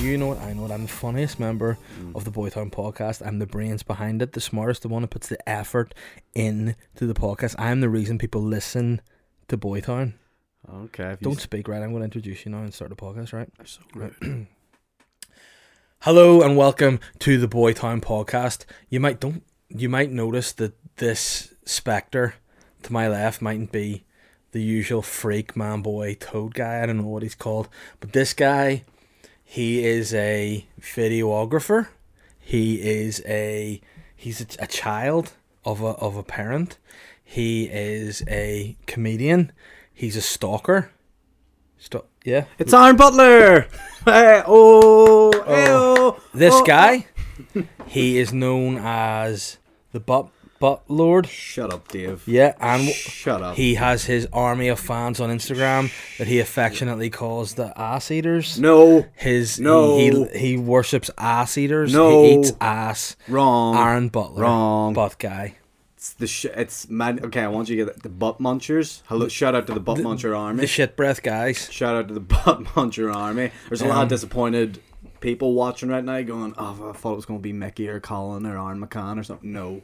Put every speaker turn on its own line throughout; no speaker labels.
you know what? I know what. I'm the funniest member of the Boytown podcast. I'm the brains behind it, the smartest, the one who puts the effort into the podcast. I'm the reason people listen to Boytown.
Okay. if you
Don't
s-
speak, right? I'm going to introduce you now and start the podcast, right?
I'm so
Right.
rude.
Hello and welcome to the Boytown podcast. You might don't you might notice that this specter to my left mightn't be the usual freak man boy toad guy. I don't know what he's called, but this guy he is a videographer. He is a he's a, a child of a of a parent. He is a comedian. He's a stalker. Sto- yeah.
It's Aaron Butler. Hey, oh, hey, oh.
This
oh.
guy, he is known as the Butt Butt Lord.
Shut up, Dave.
Yeah, and
Shut up.
he has his army of fans on Instagram that he affectionately calls the ass eaters.
no,
His
No.
he, he he worships ass eaters.
No.
he eats ass.
wrong.
Aaron Butler,
Wrong.
butt guy.
It's the sh- it's mad. Okay, I want you to get the butt munchers. Hello, shout out to the butt muncher army.
The shit breath guys.
shout out to the butt muncher army. There's a lot
Um,
of disappointed people watching right now, going, "Oh, I thought it was going to be Mickey or Colin or Aaron McCann or something." No,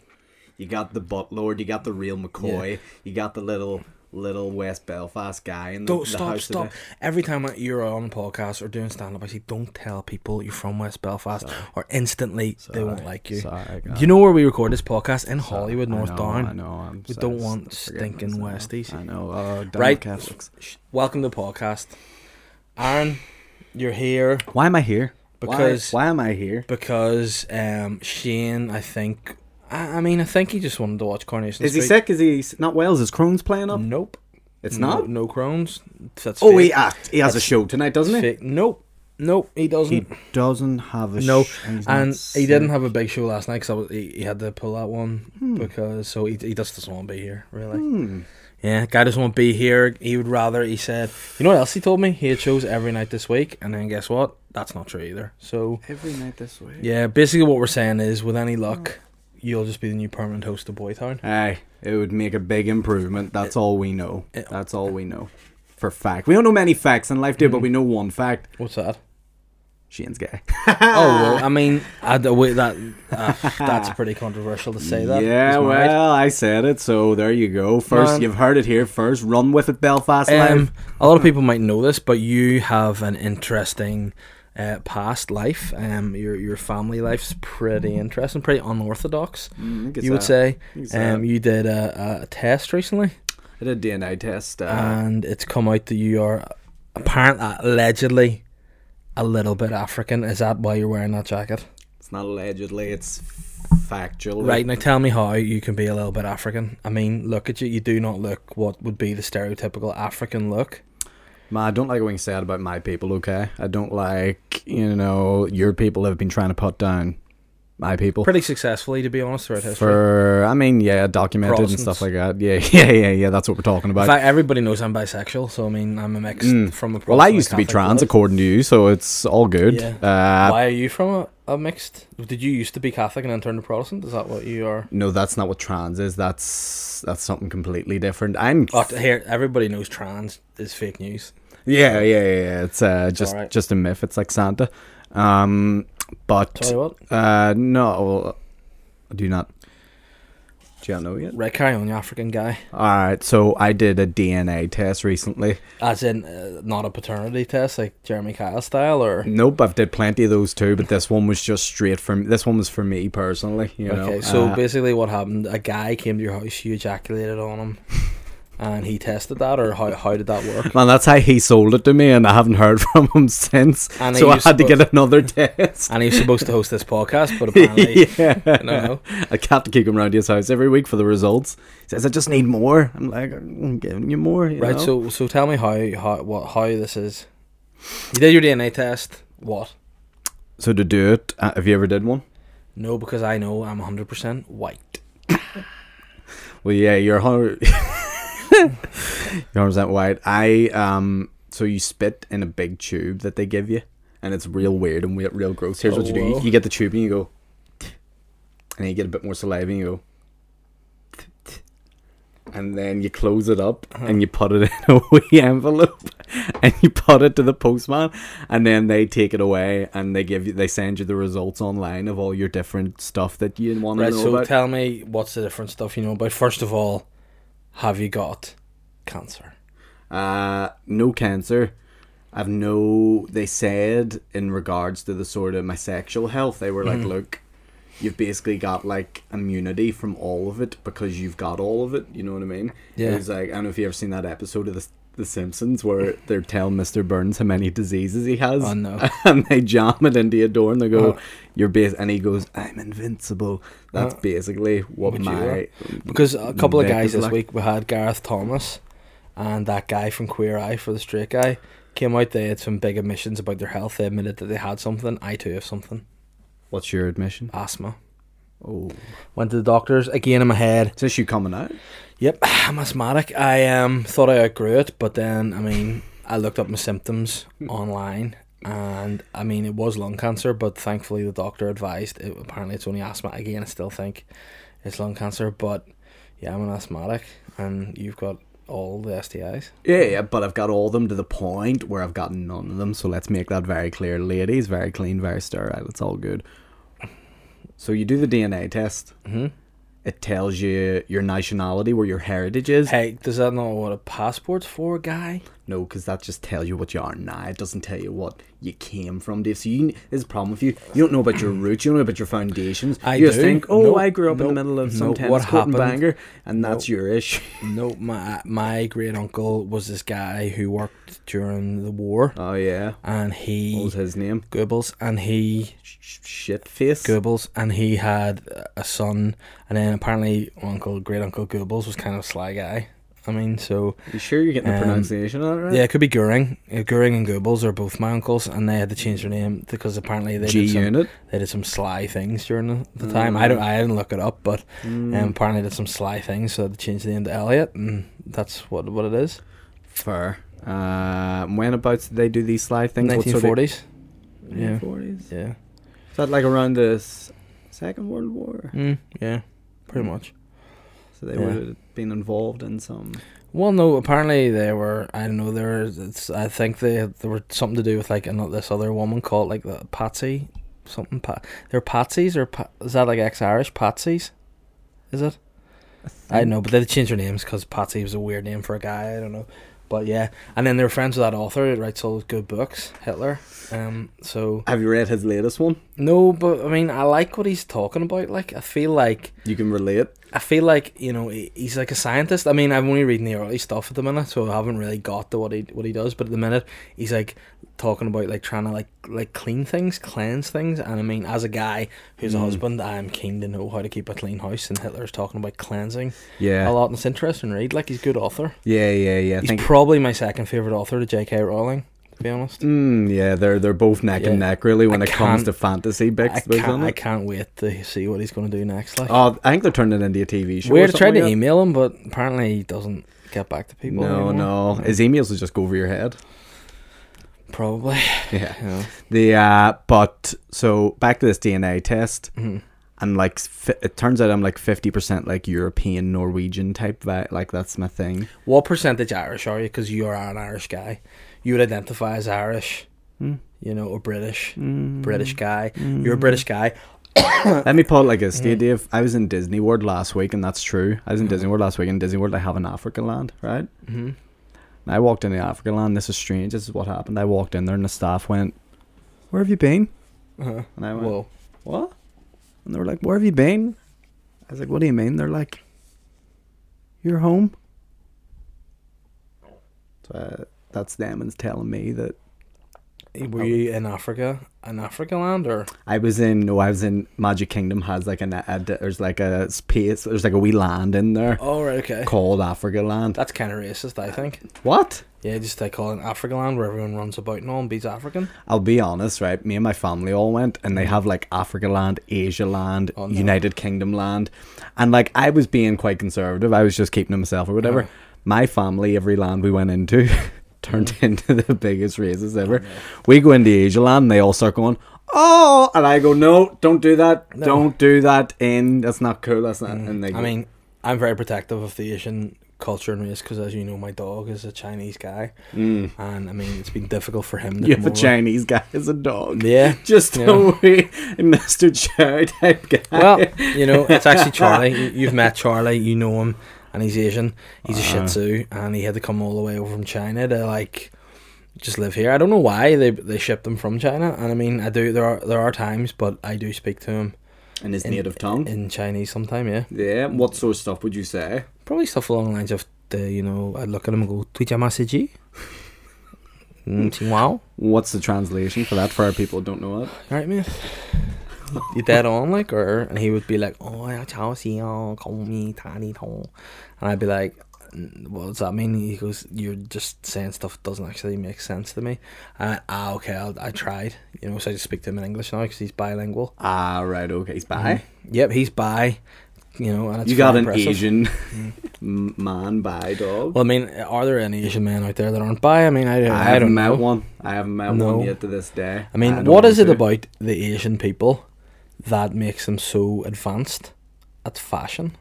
you got the butt lord. You got the real McCoy. You got the little little West Belfast guy in the,
Don't
the
stop,
house
stop.
today.
Every time that you're on a podcast or doing stand up, I say, don't tell people you're from West Belfast, or instantly they won't like you.
Sorry,
Do you know where we record this podcast? In Hollywood,
I
North
know,
Down.
I know. I'm
We
so-
don't
I
want
still forget
stinking
myself.
Westies.
I know. Uh, damn
Right.
Catholics.
Sh- Welcome to the podcast. Aaron, you're here
Why am I here? Why-
Because-
why, am I here?
because um, Shane, I think, I, I mean, I think he just wanted to watch Coronation
Is he
Street.
sick? Is he s- not well? Is his Crohn's playing up?
Nope.
It's
Mm, no,
not.
No Crohn's. That's
Oh,
fake.
he ah, he has a show tonight, doesn't he?
Fake. Nope. Nope, he doesn't.
He doesn't have a
no,
sh- he's not
and he
sick.
didn't have a big show last night because he, he had to pull that one because so he, he just doesn't want to be here really.
Hmm.
Yeah, guy doesn't want to be here. He would rather. He said, you know what else he told me? He had shows every night this week, and then guess what? That's not true either. So
Every night this week.
yeah, basically what we're saying is, with any luck, you'll just be the new permanent host of Boytown.
Aye, it would make a big improvement. That's all we know. That's all we know. For fact, we don't know many facts in life, dude,
Mm.
but we know one fact.
What's that?
Shane's gay.
oh well, I mean, I, d- wait, that uh, that's pretty controversial to say that.
yeah,
He's married.
well, I said it, so there you go. First,
Man.
you've heard it here first. Run with it, Belfast
Um,
Live.
a lot of people might know this, but you have an interesting uh, past life. Um, your your family life's pretty interesting, pretty unorthodox.
Mm, I think it's
you would
that.
say.
It's
Um,
that.
you did a, a test recently,
I did a DNA test. Uh,
and it's come out that you are apparently allegedly a little bit African. Is that why you're wearing that jacket?
it's not allegedly, it's factual.
Right now, tell me how you can be a little bit African. I mean, look at you. You do not look what would be the stereotypical African look.
Ma, I don't like being said about my people, okay? I don't like, you know, your people have been trying to put down my people.
Pretty successfully, to be honest, throughout history.
For, I mean, yeah, documented and stuff
Protestants.
like that. Yeah, yeah, yeah, yeah. That's what we're
In
talking about.
fact, everybody knows I'm bisexual, so I mean, I'm a mix from a.
Hmm. well, I
Protestant
used to be
Catholic
trans,
blood.
according to you, so it's all good.
Yeah.
Uh,
Why are you from a, a mixed? Did you used to be Catholic and then turn to Protestant? Is that what you are?
no, that's not what trans is. That's that's something completely different. I'm
Oh, here, everybody knows trans is fake news.
Yeah, yeah, yeah. yeah. It's uh, just
alright.
just a myth. It's like Santa. Um, but
Sorry, what?
uh, no, well, I do not. Do you not know yet?
Right, carry on, you African guy.
All right. So I did a DNA test recently.
As in, uh, not a paternity test like Jeremy Kyle style, or
Nope, I've did plenty of those too, but this one was just straight for me. This one was for me personally. You know.
okay. So
Uh,
basically, what happened? A guy came to your house, you ejaculated on him, and he tested that, or how how did that work?
Man, that's how he sold it to me, and I haven't heard from him since.
And
so
he
I
was
had to
supposed-
get another test.
And he was supposed to host this podcast, but apparently,
yeah.
no.
I have to keep him around his house every week for the results. He says, I just need more. I'm like, I'm giving you more. you
Right.
know?
So so tell me how how what how this is. You did your DNA test. What?
So to do it, uh, have you ever did one?
No, because I know I'm 100% white.
Well, yeah, you're hundred. you're percent white. I um. So you spit in a big tube that they give you, and it's real weird and we- real gross. Here's what you do: you,
Oh,
you get the tube and you go, and then you get a bit more saliva and you go, and then you close it up
Uh-huh.
and you put it in a wee envelope and you put it to the postman and then they take it away and they give you they send you the results online of all your different stuff that you want
Right,
to know
so
about.
tell me what's the different stuff you know about. First of all, have you got cancer?
Uh, no cancer. I've no. They said in regards to the sort of my sexual health, they were
Mm.
like, look, you've basically got like immunity from all of it because you've got all of it. You know what I mean?
Yeah.
It was like I don't know if you ever seen that episode of the. The Simpsons, where they're telling Mr. Burns how many diseases he has,
Oh, no. Oh.
and they jam it into your door, and they go, "You're bas," and he goes, "I'm invincible." That's basically what
you
my
Because a couple of
Neck
guys
is
this
like-
week, we had Gareth Thomas and that guy from Queer Eye for the Straight Guy, came out. They had some big admissions about their health. They admitted that they had something. I too have something
what's your admission?
asthma.
Oh,
Went to the doctors again in my head.
is this you coming out?
Yep, I'm asthmatic. I um thought I outgrew it, but then I mean, I looked up my symptoms online, and I mean it was lung cancer, but thankfully the doctor advised it. Apparently, it's only asthma. Again, I still think it's lung cancer, but yeah, I'm an asthmatic, and you've got all the STIs.
Yeah, yeah, but I've got all of them to the point where I've got none of them. So let's make that very clear, ladies. Very clean, very sterile. It's all good. So you do the DNA test. Mm-hmm. It tells you your nationality, where your heritage is. No, 'cause
Hey, does that not what a passport's for, guy?
No, because that just tells you what you are now. It doesn't tell you what you came from, Dave. So you, there's a problem with you. You don't know about your roots. You don't know about your foundations.
I
you just
do.
think, oh,
Nope.
I grew up in
Nope.
the middle of some
Nope.
tennis
What
court in
happened?
Bangor, and that's your issue.
No, my my great uncle was this guy who worked during the war,
oh yeah,
and he
what was his name?
Goebbels, and he
Sh- sh- Shit face.
Goebbels, and he had a son, and then apparently Uncle Great Uncle Goebbels was kind of a sly guy. I mean, so
You sure you're getting the
Um,
pronunciation on it right?
yeah, it could be Goering. Uh, Goering and Goebbels are both my uncles, and they had to change their name because apparently they
G
did some,
unit.
they did some sly things during the, the
Mm.
time. I don't, I didn't look it up, but um, apparently they did some sly things, so they changed the name to Elliot, and that's what what it is.
Fur. Uh, whenabouts did they do these sly things? What
Nineteen
sort of-
forties. Yeah.
1940s?
Yeah.
Is that like around the s- Second World War?
Mm, yeah. Pretty much.
So they
Yeah.
would have been involved in some.
Well, no. Apparently, they were. I don't know. There was. It's, I think they there were something to do with like another this other woman called like the Patsy, something. Pa- they're Patsies or pa- is that like ex-Irish Patsies? Is it? I don't know, but they changed their names because Patsy was a weird name for a guy. I don't know, but yeah. And then they were friends with that author who writes all those good books, Hitler. Um. So
Have you read his latest one?
no, but I mean, I like what he's talking about. Like, I feel like
You can relate.
I feel like you know he- he's like a scientist. I mean, I'm only reading the early stuff at the minute, so I haven't really got to what he what he does. But at the minute, he's like talking about like trying to like like clean things, cleanse things. And I mean, as a guy
Mm.
who's a husband, I'm keen to know how to keep a clean house. And Hitler's talking about cleansing
Yeah.
a lot, and it's interesting to read. Like he's a good author.
Yeah, yeah, yeah. I
He's
think.
probably my second favorite author to J.K. Rowling. To be honest,
Mm, yeah, they're they're both neck
Yeah.
and neck really when
I
it comes
can't-
to fantasy books.
I
books
can't,
on
I
it.
can't wait to see what he's going to do next. Like
Oh, I think they're turning it into a TV show. or
weird, I tried
something
to
like
email him, but apparently he doesn't get back to
that.
people.
No,
anymore.
no. His emails will just go over your head.
Probably.
Yeah.
you know.
The uh, but so back to this DNA test.
Mm-hmm.
I'm like, fi- it turns out I'm like fifty percent like European Norwegian type vibe. Like that's my thing.
What percentage Irish are you? Because you are an Irish guy. You would identify as Irish,
Hmm.
you know, or British. British guy. You're a British guy.
Let me put it like this, Dave. Dave, I was in Disney World last week, and that's true. I was in Disney World last week. In Disney World, I have an African land, right? Mm-hmm. And I walked into African land. This is strange. This is what happened. I walked in there, and the staff went, "Where have you been?"
Uh-huh.
And I went,
Well,
what? And they were like, where have you been? I was like, what do you mean? They're like, you're home. So uh, that's them and telling me that
were you in Africa, in Africa land, or
I was in, no, I was in Magic Kingdom has like an, a, there's like a space, there's like a wee land in there
oh right, okay,
called Africa Land.
that's kind of racist, I think.
What?
Yeah, just they call it Africa land where everyone runs about and all and beats African.
I'll be honest, right? Me and my family all went, and they have like Africa Land, Asia Land,
Mm. Oh, no.
United Kingdom Land, and like I was being quite conservative. I was just keeping to myself or whatever.
Yeah.
My family, every land we went into, turned
Mm.
into the biggest races
Oh,
ever. We go into Asia Land, and they all start going, "Oh!" and I go, "No, don't do that! Don't do that! In that's not cool. That's not." And they, go,
Mm. I mean, I'm very protective of the Asian culture and race because, as you know, my dog is a Chinese guy, and I mean it's been difficult for him. To
Hmm. You
come
have a
over.
Chinese guy as a dog.
Yeah.
Just
Yeah.
a wee Mr. Chow type guy.
Well, you know, it's actually Charlie. You- You've met Charlie, you know him, and he's Asian. He's a Shih Tzu, and he had to come all the way over from China to like just live here. I don't know why they they shipped him from China, and I mean, I do there are there are times, but I do speak to him
in his native tongue.
in Chinese sometime. Yeah,
yeah. What sort of stuff would you say?
probably stuff along the lines of the you know I'd look at him and go, "Tweet your message, eh?" Mm, Qingwao.
What's the translation for that for our people who don't know it?
All right, man. You dead on, like, or and he would be like, "Oh, yeah, Chao Xiao, call me Tiny Tong," and I'd be like, "Mm, "What does that mean?" He goes, "You're just saying stuff that doesn't actually make sense to me." And I, ah, okay, I'll, I tried, you know, so I just speak to him in English now because he's bilingual.
Ah, right, okay. He's bi.
Yep, he's bi, you know, and Mm-hmm. it's
You got
very
an
impressive. Mm.
Asian m man bi dog.
Well, I mean, are there any Asian men out there that aren't bi? I mean, I,
I
I,
haven't
don't
met
know.
one. I haven't met
No.
one yet to this day.
I mean,
don't
what
want
is it
to.
about the Asian people that makes them so advanced at fashion?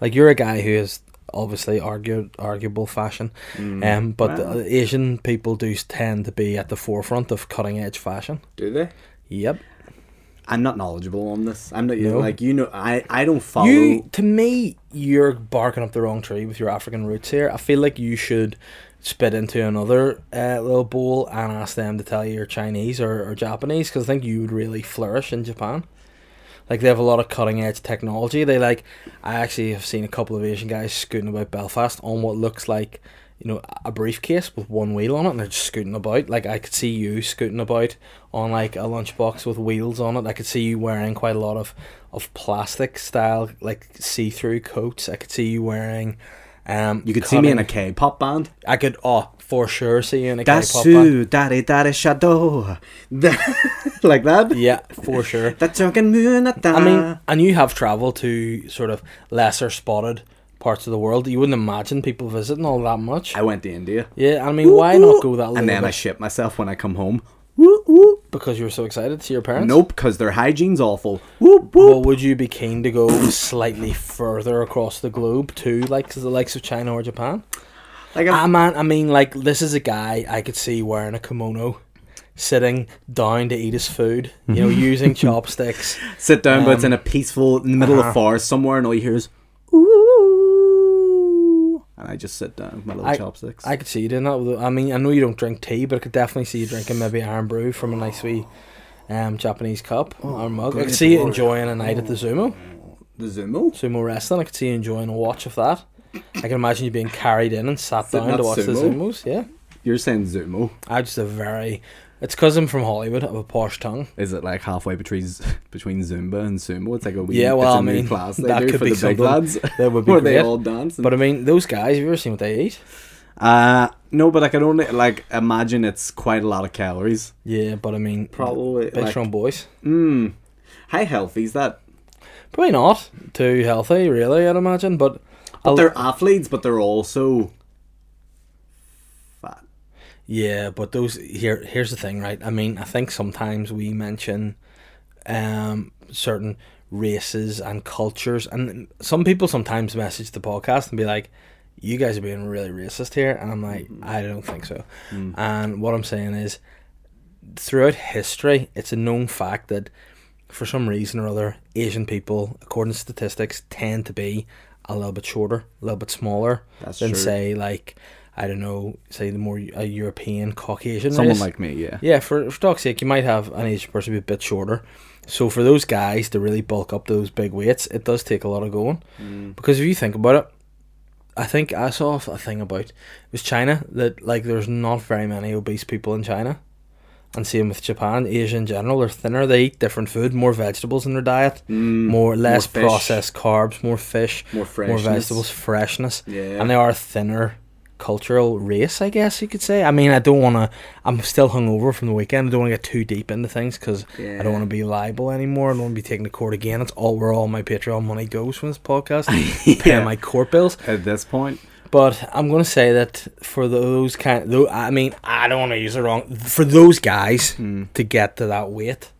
Like you're a guy who is obviously argu- arguable fashion, um, but
well.
the Asian people do tend to be at the forefront of cutting edge fashion.
Do they?
Yep.
I'm not knowledgeable on this. I'm not
No.
like you know. I I don't follow.
You to me, you're barking up the wrong tree with your African roots here. I feel like you should spit into another uh, little bowl and ask them to tell you you're Chinese or, or Japanese because I think you would really flourish in Japan. Like they have a lot of cutting edge technology. They like I actually have seen a couple of Asian guys scooting about Belfast on what looks like you know a briefcase with one wheel on it, and they're just scooting about. Like I could see you scooting about on like a lunchbox with wheels on it. I could see you wearing quite a lot of of plastic style like see through coats. I could see you wearing. Um,
You could see me in a
cutting-
K-pop band.
I could oh for sure see you in a K-pop band.
Dasu, dare dare shadow, like that.
Yeah, for sure.
That drunken moon at
I mean, and you have travelled to sort of lesser spotted parts of the world. You wouldn't imagine people visiting all that much.
I went to India.
Yeah, I mean, why not go that little
And then
bit?
I shit myself when I come home.
because you were so excited to see your parents.
Nope, because their hygiene's awful.
Well, would you be keen to go slightly further across the globe to like the likes of China or Japan?
Like
I
i
man, I mean, like this is a guy I could see wearing a kimono, sitting down to eat his food. You know, using chopsticks.
sit down, but it's
um,
in a peaceful, in the middle
uh-huh.
of forest somewhere, and all you hear is ooh, and I just sit down with my little
I-
chopsticks.
I could see you doing that. although- I mean, I know you don't drink tea, but I could definitely see you drinking maybe iron brew from a nice wee um, Japanese cup
Oh,
or mug. I could see you enjoying a night at the sumo,
the Zumo.
sumo wrestling. I could see you enjoying a watch of that. I can imagine you being carried in and sat
Sitting
down to
at
watch the
sumo?
sumos. Yeah,
You're saying Zumo.
I just a very. It's because I'm from Hollywood. I have a posh tongue.
Is it like halfway between z- between Zumba and Sumo? It's like a wee,
Yeah, well,
it's a
I
new
mean,
class they
that
do
could
for
be
the big
something
lads.
that would be
where they
great.
all dance. and-
But I mean, those guys. Have you ever seen what they eat?
uh, no, but I can only like imagine it's quite a lot of calories.
Yeah, but I mean,
Probably,
big
like-
strong boys.
Mm. How healthy is that?
Probably not too healthy, really. I'd imagine, but.
But
I'll-
they're athletes, but they're also fat.
Yeah, but those here here's the thing, right? I mean, I think sometimes we mention um certain races and cultures and some people sometimes message the podcast and be like, You guys are being really racist here and I'm like,
Mm.
I don't think so. And what I'm saying is throughout history it's a known fact that for some reason or other, Asian people, according to statistics, tend to be a little bit shorter, a little bit smaller
That's
than
true.
say like I don't know, say the more a European Caucasian
Someone
race.
like me, yeah.
yeah, for for dog's sake, you might have an Asian person be a bit shorter. So for those guys to really bulk up those big weights, it does take a lot of going.
Mm.
Because if you think about it, I think I saw a thing about it was China that like there's not very many obese people in China. And same with Japan, Asia in general, they're thinner. They eat different food, more vegetables in their diet, more less
Mm. more fish.
processed carbs, more fish,
More
more
freshness.
vegetables, freshness.
Yeah.
And they are a thinner cultural race, I guess you could say. I mean, I don't want to. I'm still hungover from the weekend. I don't want to get too deep into things because I
Yeah.
don't want to be liable anymore. I don't want to be taken to court again. That's all where all my Patreon money goes from this podcast, paying my court bills.
At this point,
But I'm gonna say that for those
Hmm.
kind, though I mean, I don't want to use the wrong for those guys to get to that weight,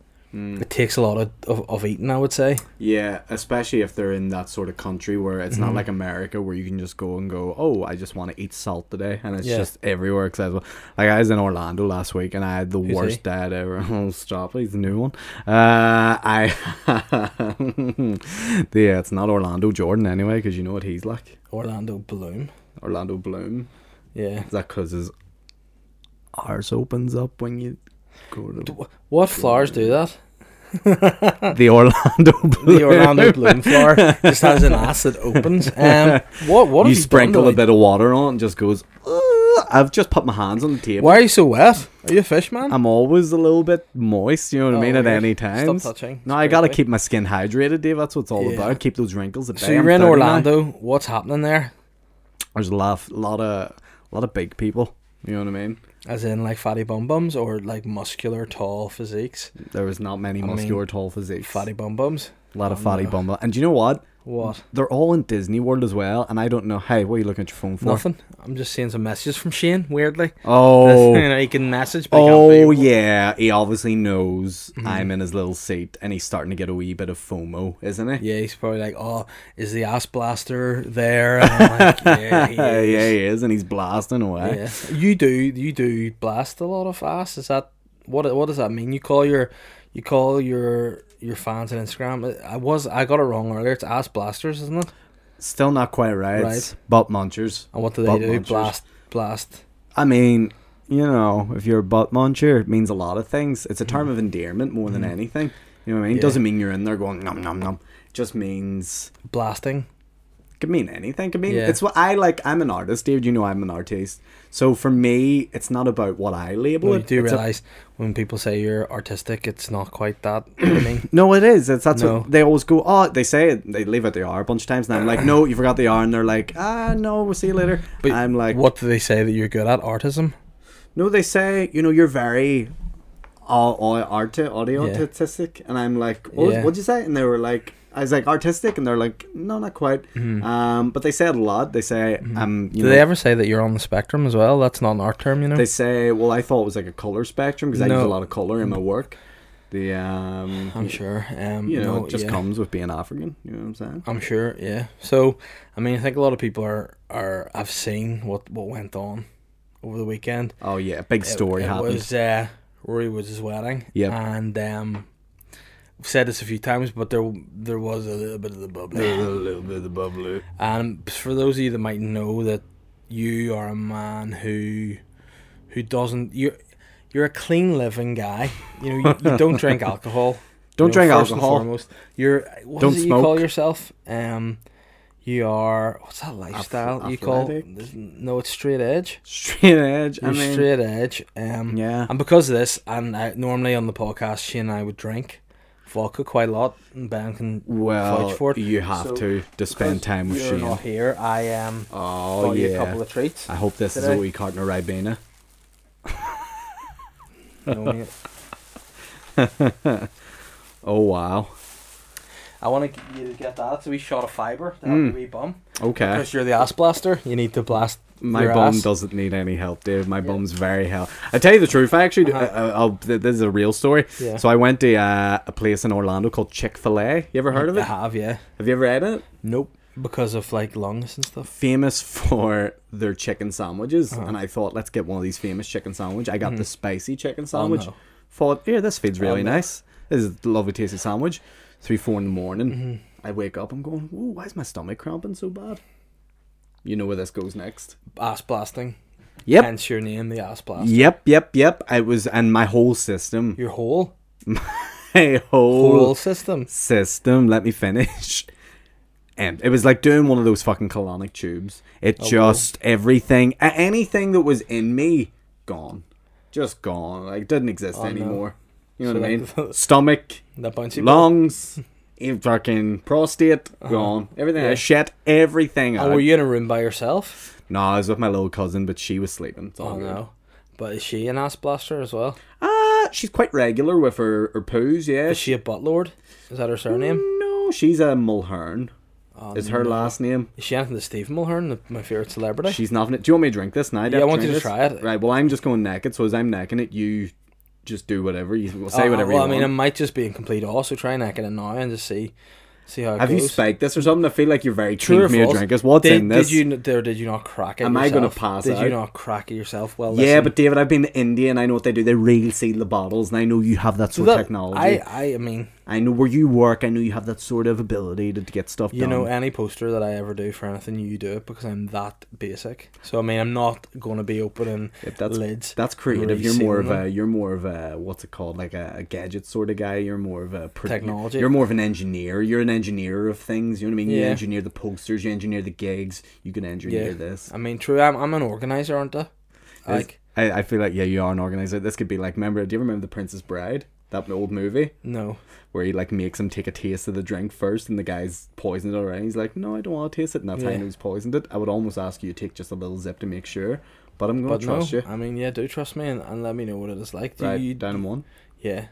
It takes a lot of, of, of eating, I would say.
Yeah, especially if they're in that sort of country where it's not like America where you can just go and go, oh, I just want to eat salt today, and it's
Yeah.
just everywhere accessible. Like I was in Orlando last week and I had the
Who's
worst
he?
dad ever. Oh, stop! He's the new one. Uh, I yeah, it's not Orlando Jordan anyway because you know what he's like.
Orlando Bloom.
Orlando Bloom.
Yeah.
Is that because his arse opens up when you go to
What flowers do that? Uh,
the Orlando Bloom?
The Orlando Bloom flower just has an ass that opens. Um, what what
you
have
sprinkle
you
a
done to it?
bit of water on it and just goes "Ugh." i've just put my hands on the table
Why are you so wet? Are you a fish man?
i'm always a little bit moist you know what i
Oh,
mean at
weird.
any
Stop
time
touching.
no
It's
i gotta
creepy.
keep my skin hydrated dave that's what it's all
Yeah.
about keep those wrinkles at bay.
so you're
I'm
in
30 now.
Orlando. What's happening there?
there's a lot, lot of lot of big people you know what i mean
As in like fatty bum bums or like muscular tall physiques?
there was not many
mean,
muscular tall physiques
Fatty bum bums.
a lot of
Oh,
fatty
no.
bumble and do you know what
What?
they're all in disney world as well and i don't know hey what are you looking at your phone for
Nothing. I'm just seeing some messages from Shane. Weirdly,
oh
you know, he can message. But he can't be-
Oh yeah, he obviously knows
Mm-hmm.
I'm in his little seat, and he's starting to get a wee bit of FOMO, isn't he?
Yeah, he's probably like, oh, is the ass blaster there? And I'm like, yeah, he
Yeah,
is."
yeah, he is, and he's blasting away.
Yeah. You do you do blast a lot of ass. Is that what what does that mean? You call your you call your your fans on Instagram. I was I got it wrong earlier. It's ass blasters, isn't it?
Still not quite right.
Right.
Butt munchers.
And what do they
Butt
do?
munchers.
Blast blast.
I mean, you know, if you're a butt muncher, it means a lot of things. It's a term of endearment more than anything. You know what I mean?
Mm-hmm. Yeah.
Doesn't mean you're in there going nom nom nom. Just means
Blasting.
could mean anything. Could mean
Yeah.
it's what I like. I'm an artist, Dave. You know, I'm an artist. So for me, it's not about what I label
Well, you
it.
do
it's a-
realise when people say you're artistic, it's not quite that. I mean,
No, it is. It's that's
No.
what they always go. Oh, they say it. They leave out the R a bunch of times, and I'm like, no, you forgot the R, and they're like, ah, no, we'll see you later.
but
I'm like,
what do they say that you're good at? Artism.
no, they say, you know, you're very all, all art audio
Yeah.
artistic, and I'm like, what was-
Yeah.
what'd you say? And they were like, I was like artistic, and they're like, no, not quite. Um, but they say it a lot. They say, um, you
Mm-hmm. Do
know,
they ever say that you're on the spectrum as well? That's not an art term, you know.
they say, well, I thought it was like a color spectrum because I use
No.
a lot of color in my work. The um,
I'm sure. Um,
you know,
no,
it just
yeah.
comes with being African. You know what I'm saying?
I'm sure, yeah. So, I mean, I think a lot of people are are have seen what what went on over the weekend.
Oh yeah, big story
it, it
happened.
was uh, Rory Woods' wedding.
Yep.
and um, I've said this a few times, but there there was a little bit of the bubble.
a little bit of bubbly.
and for those of you that might know that you are a man who who doesn't you. are You're a clean living guy. You know, you, you don't drink alcohol.
Don't
You know,
drink
first and
alcohol.
foremost, you're what
Don't
is it you call
smoke.
yourself? Um, you are what's that lifestyle you call?
athletic?
No, it's straight edge.
Straight edge.
You're
I mean,
straight edge. Um,
yeah.
And because of this, and I, normally on the podcast, she and I would drink vodka quite a lot, and Ben can
well,
vouch for it.
you have
So,
to to spend
because
time with
you're
Shane.
not here. I um,
Oh
bought you a couple
yeah.
of treats.
I hope this is
today.
a eh? wee carton of Ribena.
No, mate.
Oh wow.
I want to you to get that. It's a wee shot of fiber to help
Hmm.
your wee bum.
Okay.
Because you're the ass blaster, you need to blast
My
your
bum
ass.
doesn't need any help, Dave. My bum's very healthy. I tell you the truth. I actually,
Uh-huh.
uh, uh, uh, th- this is a real story.
Yeah.
So I went to uh, a place in Orlando called Chick Fil A. You ever heard of
I
it?
have, yeah.
Have you ever had it?
Nope. Because of like lungs and stuff.
famous for their chicken sandwiches, and I thought, let's get one of these famous chicken sandwich. I got the spicy chicken sandwich.
no.
Thought, yeah, this feels really
no.
nice. This is a lovely, tasty sandwich. Three, four in the morning, I wake up. I'm going, whoa, why is my stomach cramping so bad? You know where this goes next.
Ass blasting.
Yep.
Hence your name, the ass blast.
Yep, yep, yep. I was, and my whole system,
Your whole
my
whole
whole
system.
system. Let me finish. And it was like doing one of those fucking colonic tubes. It
Oh,
just everything, a- anything that was in me, gone, just gone. Like didn't exist anymore. You know
Oh, So
what I mean?
that-
Stomach,
That bouncy ball.
lungs, even fucking prostate, gone. Everything. I shit everything
Oh, Uh-huh. were
out.
you in a room by yourself?
no, I was with my little cousin, but she was sleeping.
Oh
Oh,
no. But is she an ass blaster as well?
Ah, she's quite regular with her her poos. Yeah.
Is she a butt lord? Is that her surname?
no, she's a Mulhern.
Oh,
is her last name?
Is she anything to Stephen Mulhern, the, my favourite celebrity?
She's nothing. Do you want me to drink this now?
Yeah, I want you
drink
to try it.
Right. Well, I'm just going naked. So as I'm necking it, you just do whatever you say,
Uh,
whatever
well,
you
I mean, it
want.
might just be in complete awe. So try and act it in now and just see, see how it
Have
goes.
you spiked this or something? I feel like you're very
True
keen
or
for me to
false?
drink this. What's
did,
in this?
Did you n- or did you not crack it?
Am I gonna
yourself?
pass
Did you
out?
not crack it yourself? Well,
yeah,
listen,
but David, I've been to India and I know what they do. They real seal the bottles, and I know you have that sort
that-
of technology.
I,
I,
I, I mean,
know where you work. I know you have that sort of ability to, to get stuff
you
done.
know, any poster that I ever do for anything, you do it because I'm that basic. So I mean, I'm not gonna be opening
If that's
lids.
that's creative. You're more of
resealing
a you're more of a what's it called like a, a gadget sort of guy. You're more of a pr-
Technology.
You're more of an engineer. You're an engineer of things. You know what I mean? You
Yeah.
engineer the posters. You engineer the gigs. You can engineer
Yeah.
this.
I mean, true. I'm, I'm an organizer, aren't I? Like,
I, I feel like yeah, you are an organizer. This could be like remember? Do you remember the Princess Bride? That old movie
no.
where he like makes him take a taste of the drink first, and the guy's poisoned it already. He's like, no, I don't want to taste it, and that's how
Yeah.
he knows he's poisoned it. I would almost ask you to take just a little zip to make sure, but I'm gonna
But no,
trust you.
I mean, yeah, do trust me and, and let me know what it is like. Do
Right
you,
down in one.
Yeah.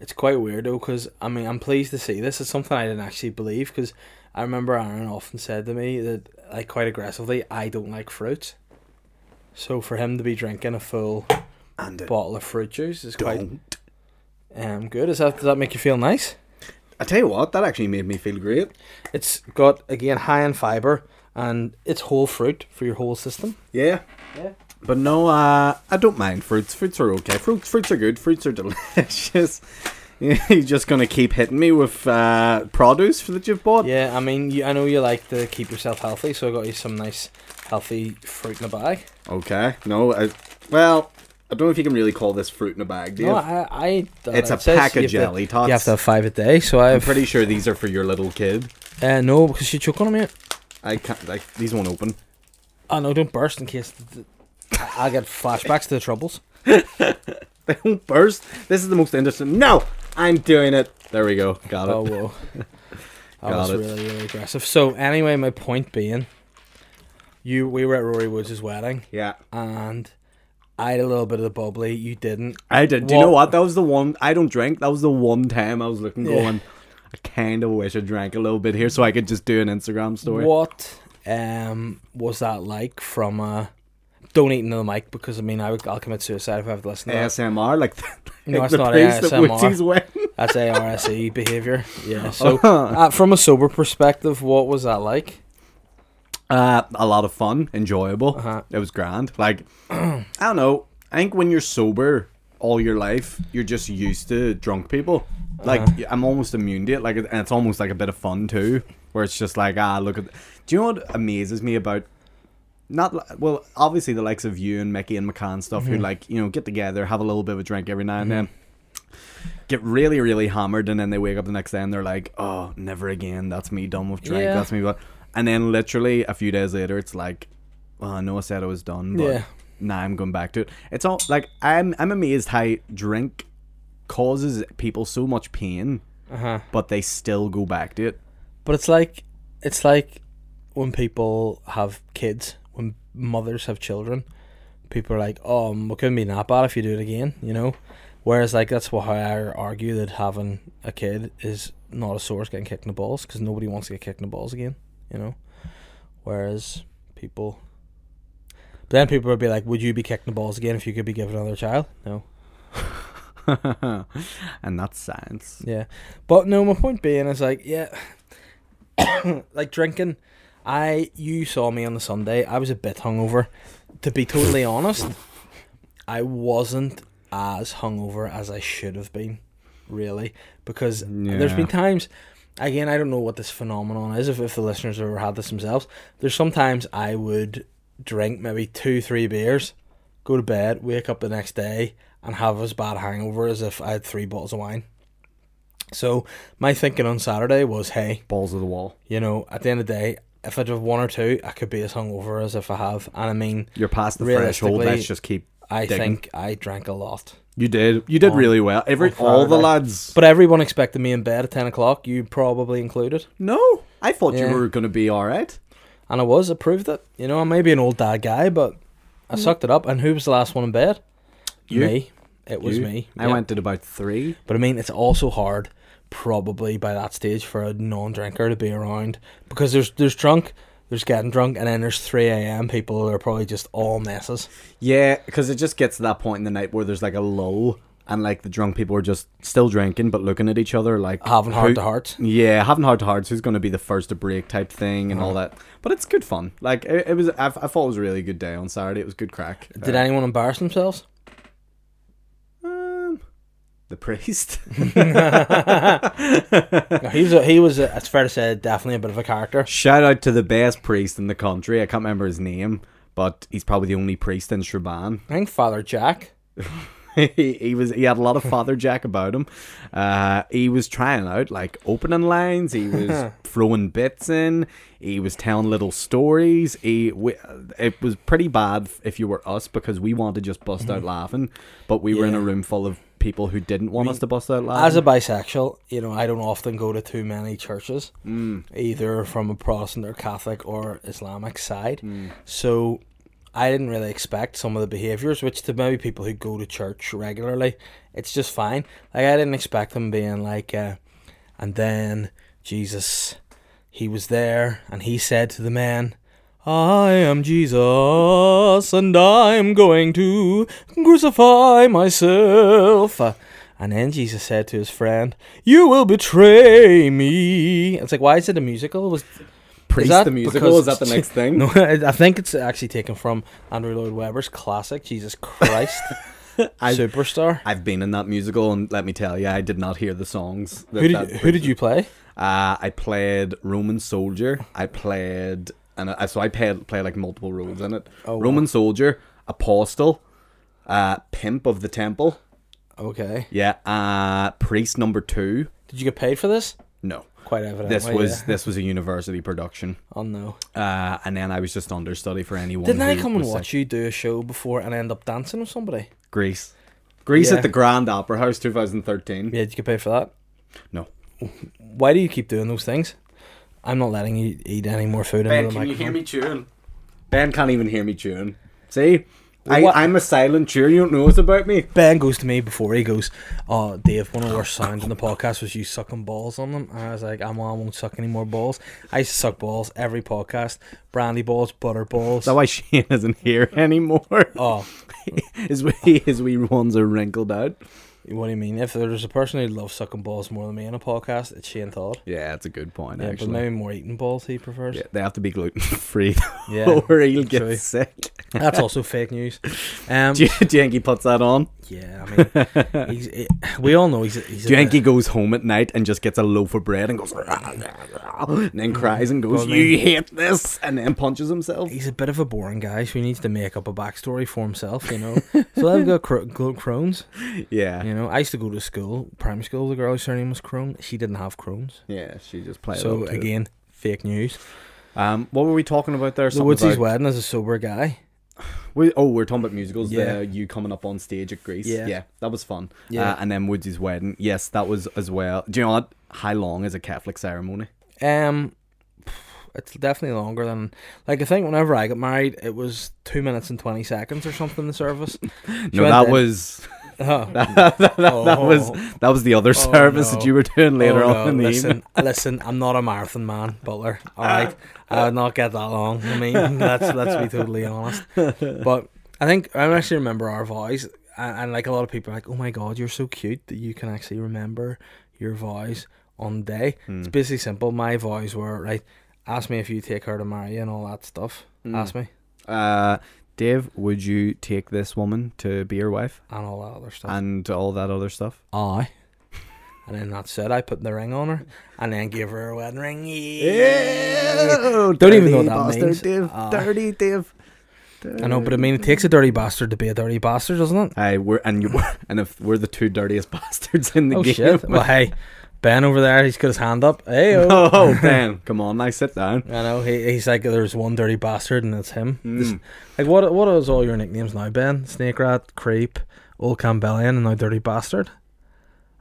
It's quite weird though, because I mean, I'm pleased to see this. It's something I didn't actually believe, because I remember Aaron often said to me that, like, quite aggressively, I don't like fruit. So for him to be drinking a full
And it
bottle of fruit juice is quite
don't.
um good. Is that does that make you feel nice?
I tell you what, that actually made me feel great.
It's got again high in fiber and it's whole fruit for your whole system.
Yeah.
Yeah.
But no, uh, I don't mind fruits. Fruits are okay. Fruits, fruits are good. Fruits are delicious. You're just gonna keep hitting me with uh, produce that you've bought.
Yeah, I mean, you, I know you like to keep yourself healthy, so I got you some nice healthy fruit in a bag.
Okay. No. I, well, I don't know if you can really call this fruit in a bag, do you?
No, I, I thought
It's
it
a
says
pack of
you have to-
jelly tots.
You have to have five a day, so I
I'm
have.
pretty sure these are for your little kid.
Uh, no, because you choke on them, mate.
I can't. Like these won't open.
Oh no, don't burst in case th- th- I- I'll get flashbacks to the troubles.
They won't burst. This is the most interesting. No, I'm doing it. There we go. Got it.
Oh whoa, that
Got
was
it.
really really aggressive. So anyway, my point being, you we were at Rory Woods' wedding,
Yeah.
and I had a little bit of the bubbly. You didn't.
I did. Do you know
Well-
what? That was the one. I don't drink. That was the one time I was looking
Yeah.
going. I kind of wish I drank a little bit here so I could just do an Instagram story.
What um was that like from a? Don't eat into the mic because I mean I would, I'll commit suicide if I have to listen to that.
ASMR, like, the,
No,
like
it's
the
not
priest that
ASMR.
Woodsie's wearing.
That's ARSE E behavior. Yeah. So, uh, from a sober perspective, what was that like?
Uh, a lot of fun, enjoyable.
Uh-huh.
It was grand. Like, I don't know. I think when you're sober all your life, you're just used to drunk people. Like,
Uh-huh.
y- I'm almost immune to it. Like, and it's almost like a bit of fun too, where it's just like, ah, look at. Do you know what amazes me about? Not li- well, obviously the likes of you and Mickey and McCann stuff who
Mm-hmm.
like you know get together, have a little bit of a drink every now and then get really, really hammered, and then they wake up the next day and they're like, "Oh, never again. That's me done with drink.
Yeah.
That's me." done." And then literally a few days later, it's like, "Well, I know I said I was done, but
Yeah.
now I'm going back to it." It's all like I'm I'm amazed how drink causes people so much pain,
Uh huh.
but they still go back to it.
But it's like it's like when people have kids, when mothers have children, people are like, "Oh, um, it couldn't be that bad if you do it again," you know. Whereas, like, that's why I argue that having a kid is not a source getting kicked in the balls because nobody wants to get kicked in the balls again, you know. Whereas people, but then people would be like, "Would you be kicked in the balls again if you could be given another child?" No.
and that's science.
Yeah, but no, my point being is like, yeah, like drinking. I you saw me on the Sunday. I was a bit hungover. To be totally honest, I wasn't as hungover as I should have been, really, because there's
Yeah.
been times. Again, I don't know what this phenomenon is. If, if the listeners have ever had this themselves, there's sometimes I would drink maybe two, three beers, go to bed, wake up the next day, and have as bad a hangover as if I had three bottles of wine. So my thinking on Saturday was, hey,
Balls of the wall.
you know, at the end of the day, if I'd have one or two, I could be as hungover as if I have. And I mean,
You're past the threshold.
Realistically,
Let's just keep.
I
Digging.
think I drank a lot.
You did. You did really well. Every
on
all the
Friday.
lads.
But everyone expected me in bed at 10 o'clock, you probably included.
no, I thought
Yeah.
you were gonna be all right.
And I was, I proved it. You know, I may be an old dad guy, but I sucked it up. And who was the last one in bed?
You.
Me. It was
You?
me.
I
Yeah.
went at about three.
But I mean, it's also hard, probably by that stage, for a non-drinker to be around because there's there's drunk, There's getting drunk, and then there's 3 a.m. people who are probably just all messes.
Yeah, because it just gets to that point in the night where there's like a lull, and like the drunk people are just still drinking but looking at each other like
Having
who-
heart to heart.
Yeah, having hard to hearts. Who's going to be the first to break type thing and all that. But it's good fun. Like it, it was. I, I thought it was a really good day on Saturday. It was good crack.
Did anyone embarrass themselves?
Um, the priest.
No, he was. A, he was. A, it's fair to say, definitely a bit of a character.
Shout out to the best priest in the country. I can't remember his name, but he's probably the only priest in Shraban.
I think Father Jack.
he, he was he had a lot of Father Jack about him. Uh, he was trying out like opening lines. He was throwing bits in. He was telling little stories. He we, uh, it was pretty bad if you were us because we wanted to just bust out
Mm-hmm.
laughing, but we were in a room full of people who didn't want us to bust out laughing.
As a bisexual, you know, I don't often go to too many churches, either from a Protestant or Catholic or Islamic side. So I didn't really expect some of the behaviours, which to maybe people who go to church regularly, it's just fine. Like, I didn't expect them being like, uh, and then Jesus, he was there, and he said to the man, I am Jesus, and I'm going to crucify myself. And then Jesus said to his friend, "You will betray me." It's like, why is it a musical? Was
Priest
that
the musical
because-
is that the next thing?
no? I I think it's actually taken from Andrew Lloyd Webber's classic Jesus Christ Superstar.
I've been in that musical, and let me tell you, I did not hear the songs. that
Who
that
did, who did you play?
Uh, I played Roman soldier. I played and I, so I played played like multiple roles in it.
Oh, wow.
Roman soldier, apostle, uh, pimp of the temple.
Okay.
Yeah, uh, priest number two.
Did you get paid for this?
No,
Quite evidently.
this was
Oh, yeah.
this was a university production.
Oh no!
Uh, and then I was just understudy for anyone.
Didn't I
who
come and
was
watch you do a show before and end up dancing with somebody?
sick. Greece? Greece
Yeah.
at the Grand Opera House, 2013.
Yeah, did you get paid for that?
No.
Why do you keep doing those things? I'm not letting you eat any more food. into the microphone.
me chewing? Ben can't even hear me chewing. See, I,
What-
I'm a silent chewer. You don't know what's about me.
Ben goes to me before he goes, Oh, Dave, one of the worst sounds in the podcast was you sucking balls on them. And I was like, I'm, I won't suck any more balls. I used to suck balls every podcast brandy balls, butter balls.
That's why Shane isn't here anymore.
Oh,
his wee his wee ones are wrinkled out.
what do you mean? If there's a person who loves sucking balls more than me in a podcast, it's Shane Todd.
Yeah, that's a good point.
Yeah, but
actually,
maybe more eating balls he prefers.
yeah, they have to be gluten free,
Yeah,
or he'll get
true.
sick.
That's also fake news. Um,
Do you, do you think he puts that on?
yeah, I mean, he's, he- we all know he's. a- he's
Do you
a-
think he goes home at night and just gets a loaf of bread and goes, and then cries and goes,
Well, I mean-
"You hate this," and then punches himself?
he's a bit of a boring guy, so he needs to make up a backstory for himself, you know. so I've got cro- cro- Crohn's.
Yeah,
You know, I used to go to school, primary school. The girl whose surname was Crone. She didn't have Crohn's.
yeah. She just played.
So again, fake news.
um, what were we talking about there?
The
Something
Woodsy's
about-
wedding as a sober guy.
We, oh, we're talking about musicals.
Yeah.
Yeah, you coming up on stage at Greece.
Yeah.
that was fun.
Yeah.
Uh, and then Woody's wedding. Yes, that was as well. Do you know what? How long is a Catholic ceremony?
Um, it's definitely longer than like I think. Whenever I got married, it was two minutes and twenty seconds or something. The service.
no,
went
that
then.
was
Oh,
that, that, that
Oh.
was that was the other service
no.
that you were doing later
oh,
on
no,
in the evening.
listen, listen. I'm not a marathon man, Butler. All right, I would not get that long. I mean, let's let's be totally honest. But I think I actually remember our vows, and, and like a lot of people are like, "Oh my God, you're so cute that you can actually remember your vows on the day." It's basically simple. My vows were right. Ask me if you take her to marry you and all that stuff.
Mm.
Ask me
Hmm. Uh, Dave, would you take this woman to be your wife
and all that other stuff.
and all that other stuff?
I. And then that's it. I put the ring on her, and then gave her a wedding ring.
Ew,
Don't even know what
dirty
that
bastard,
means.
Dave.
Ah.
dirty Dave.
I know, but I mean, it takes a dirty bastard to be a dirty bastard, doesn't it?
Aye, we're and you and if we're the two dirtiest bastards in the
Oh
game.
shit! Well, hey, Ben over there, he's got his hand up. Hey, I
Oh man, come on, I sit down.
know he, he's like, there's one dirty bastard, and it's him. This- like, what what is all your nicknames now, Ben? Snake Rat, Creep, Old Campbellian, and now Dirty Bastard.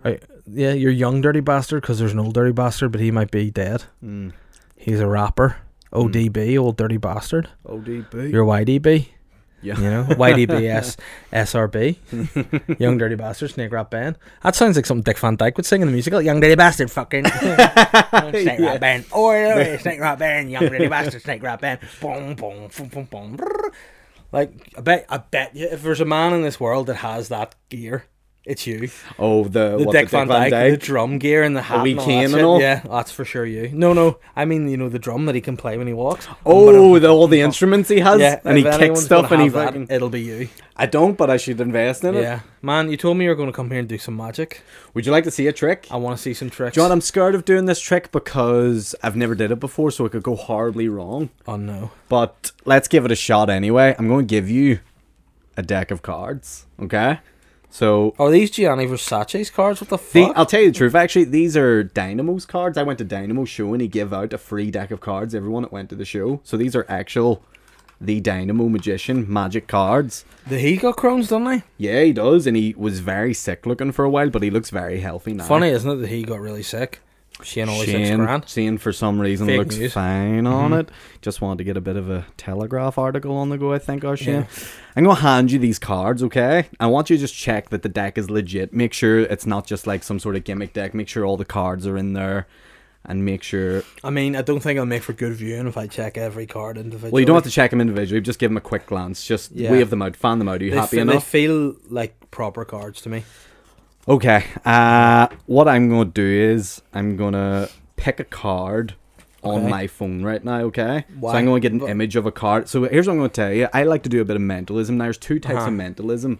Are- yeah, you're young dirty bastard because there's an old dirty bastard, but he might be dead.
Mm.
He's a rapper. ODB, old dirty bastard.
ODB.
You're YDB.
Yeah.
You know, YDBS SRB, Young Dirty Bastard, Snake Rap Band. That sounds like something Dick Van Dyke would sing in a musical. Young Dirty Bastard, fucking Snake
Yeah.
Rap Band, or Snake Rap Band, Young Dirty Bastard, Snake Rap Band. Boom, boom, boom, boom, boom. brrr. Like I bet, I bet you, if there's a man in this world that has that gear, it's you.
Oh, the,
The
what,
Dick Van Dyke, the
Dyke?
drum gear and the hat,
wee
and all
cane
that
and
shit.
all?
Yeah, that's for sure you. No, no, I mean you know the drum that he can play when he walks.
Oh, the, all the instruments he has,
Yeah,
and he
if
kicks
anyone's
stuff,
gonna
and he
have that,
fucking.
it'll be you.
I don't, but I should invest in it.
Yeah, man, you told me you were going to come here and do some magic.
Would you like to see a trick?
I want to see some tricks.
John, I'm scared of doing this trick because I've never did it before, so it could go horribly wrong.
oh no,
But let's give it a shot anyway. I'm going to give you a deck of cards, okay? So
are these Gianni Versace's cards? What the
the,
fuck?
I'll tell you the truth. Actually, these are Dynamo's cards. I went to Dynamo's show and he gave out a free deck of cards. Everyone that went to the show. So these are actual the Dynamo magician magic cards.
the he got crones, didn't he?
Yeah, he does, and he was very sick looking for a while, but he looks very healthy now.
Funny, isn't it? That he got really sick. Shane always Shane. six
Shane,
grand.
Shane for some reason
Fake
looks
news. Mm-hmm.
fine on it. Just wanted to get a bit of a Telegraph article on the go, I think, or Shane. I'm going to hand you these cards, okay? I want you to just check that the deck is legit. Make sure it's not just like some sort of gimmick deck. Make sure all the cards are in there. And make sure.
I mean, I don't think I'll make for good viewing if I check every card individually.
Well, you don't have to check them individually. Just give them a quick glance. Just
Yeah.
wave them out, fan them out. Are you
They,
happy
fe- they
enough?
feel like proper cards to me.
Okay. Uh, what I'm gonna do is I'm gonna pick a card on
Okay.
my phone right now. Okay. So
Why?
I'm gonna get an
But-
image of a card. So here's what I'm gonna tell you. I like to do a bit of mentalism. Now, there's two types
Uh-huh.
of mentalism.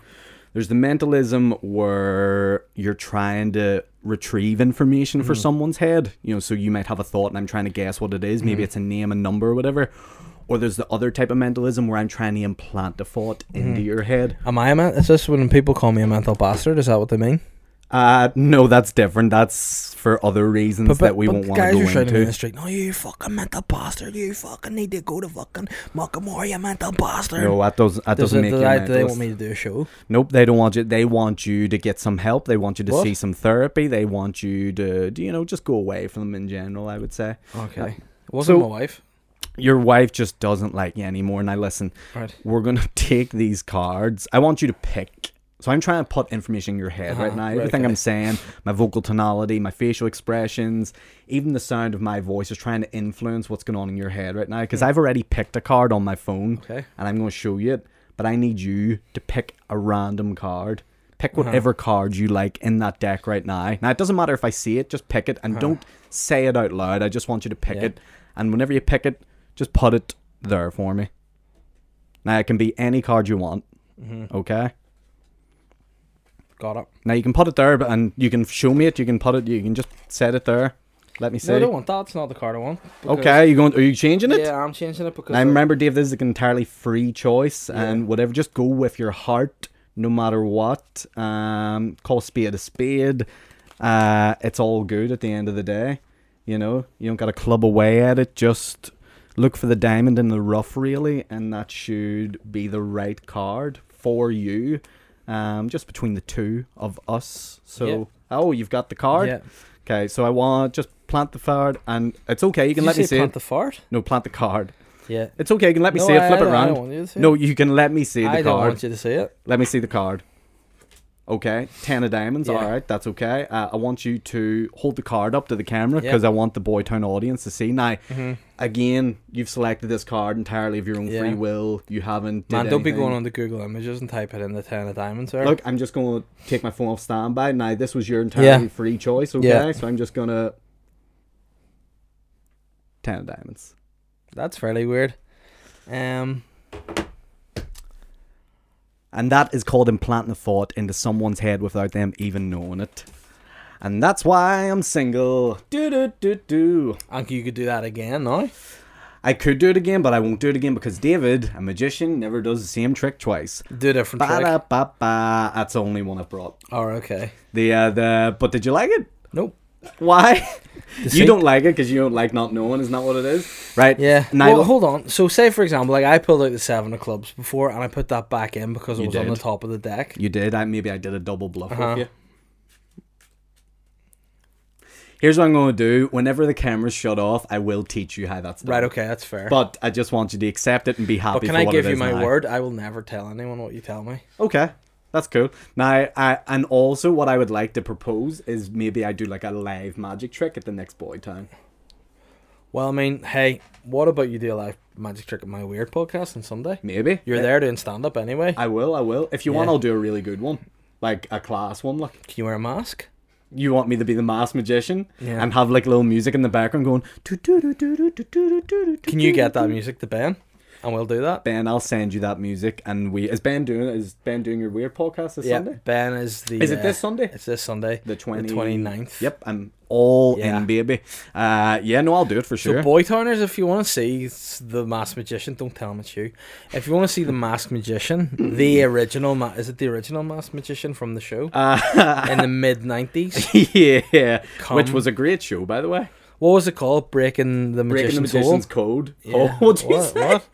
There's the mentalism where you're trying to retrieve information
Mm-hmm.
for someone's head. You know, so you might have a thought and I'm trying to guess what it is. Maybe
Mm-hmm.
it's a name, a number, or whatever. Or there's the other type of mentalism where I'm trying to implant a thought into
Mm-hmm.
your head.
Am I a man? Is this when people call me a mental bastard? Is that what they mean?
Uh, no, that's different. That's for other reasons that we won't want to
guys are
go
shouting in
into.
the street. No, you fucking mental bastard. You fucking need to go to fucking Muckamore, you mental bastard.
No, that doesn't. That
Does
doesn't
it-
make
do
you
they-
a
do they want
mentalist.
me to do a show?
Nope, they don't want you. They want you to get some help. They want you to
What?
see some therapy. They want you to, do you know, just go away from them in general. I would say
Okay. wasn't
so-
my wife.
your wife just doesn't like you anymore. Now listen,
Right.
we're gonna take these cards. I want you to pick. So I'm trying to put information in your head right
Uh-huh,
now.
right,
Everything
okay.
I'm saying, my vocal tonality, my facial expressions, even the sound of my voice is trying to influence what's going on in your head right now. Because I've already picked a card on my phone,
Hmm. Okay.
and I'm going to show you it. But I need you to pick a random card. Pick
Uh-huh.
whatever card you like in that deck right now. Now it doesn't matter if I see it; just pick it, and don't say it out loud. I just want you to pick
Uh-huh. Yeah.
it, and whenever you pick it, just put it there for me. Now it can be any card you want.
Mm-hmm.
Okay.
Got it.
Now you can put it there, but and you can show me it. You can put it. You can just set it there. Let me see.
No, I don't want that. It's not the card I want. because-
okay, you going? Are you changing it?
Yeah, I'm changing it because
Now
I-
remember, Dave, this is an entirely free choice and whatever. Just go with your heart, no matter what. Um, call a spade a spade. Uh, it's all good at the end of the day. You know, you don't got to club away at it. Just look for the diamond in the rough, really, and that should be the right card for you. Um, just between the two of us. So,
Yeah.
oh, you've got the card.
Yeah.
Okay, so I want just plant the card, and it's okay. You
Did
can
you
let
say
me see
plant
it.
the fart?
no, plant the card.
Yeah.
It's okay. You can let me
No,
see it.
I-
Flip
I
it
don't- I don't
round.
want you to see
No, you can let me see the
I
card.
don't want you to say it.
Let me see the card. Okay, ten of diamonds.
Yeah.
All right, that's okay. Uh, I want you to hold the card up to the camera
Yeah.
because I want the Boytown audience to see. Now,
Mm-hmm.
again, you've selected this card entirely of your own
Yeah.
free will. You haven't. Did
Man, don't be
anything.
going on the Google Images and type it in the ten of diamonds. There.
Look, I'm just going to take my phone off standby. Now, this was your entirely free choice. Okay,
Yeah.
so I'm just gonna ten of diamonds.
that's fairly weird. Um,
And that is called implanting a thought into someone's head without them even knowing it. And that's why I'm single. Do do do do.
and you could do that again now.
I could do it again, but I won't do it again because David, a magician, never does the same trick twice.
Do a different
Ba da
trick.
ba ba. That's the only one I brought.
Or Oh, okay.
The uh, the. But did you like it?
Nope.
Why? you
same-
don't like it because you don't like not knowing. Isn't that what it is? Right.
Yeah.
Now,
well, hold on. So, say for example, like I pulled out the seven of clubs before, and I put that back in because it
You
was on
did.
the top of the deck.
you did. I maybe I did a double bluff
Uh-huh.
with you. Here's what I'm going to do. Whenever the camera's shut off, I will teach you how that's done.
Right, okay, that's fair. But,
But I just want you to accept it and be happy.
can
for
I
what
give
it
you
is
my
now.
word? I will never tell anyone what you tell me.
Okay, that's cool. Now, I and also what I would like to propose is maybe I do like a live magic trick at the next boy town.
Well, I mean, hey, what about you do a live magic trick at my weird podcast on Sunday?
Maybe
You're there doing stand up anyway.
I will. I will. If you want,
Yeah.
I'll do a really good one, like a class one. Like
Can you wear a mask?
you want me to be the masked magician
Yeah.
and have like little music in the background going.
Can you get that music to Ben? And we'll do that.
Ben, I'll send you that music, and we is Ben doing is Ben doing your weird podcast this
yeah,
Sunday?
Ben is the.
Is it
uh,
this Sunday?
It's this Sunday.
The 20
29th.
Yep, I'm all
Yeah.
in, baby. Uh, yeah, no, I'll do it for
So,
sure.
Boytowners, if you want to see s- the Masked Magician, don't tell him it's you. If you want to see the Masked Magician, the
Mm.
original, ma- is it the original Masked Magician from the show
Uh,
in the mid '90s?
yeah, which
Come.
was a great show, by the way.
What was it called? Breaking the
Breaking the
Magician's,
Magician's
Hole?
Code.
Yeah.
Oh, what you
What-
say?
what?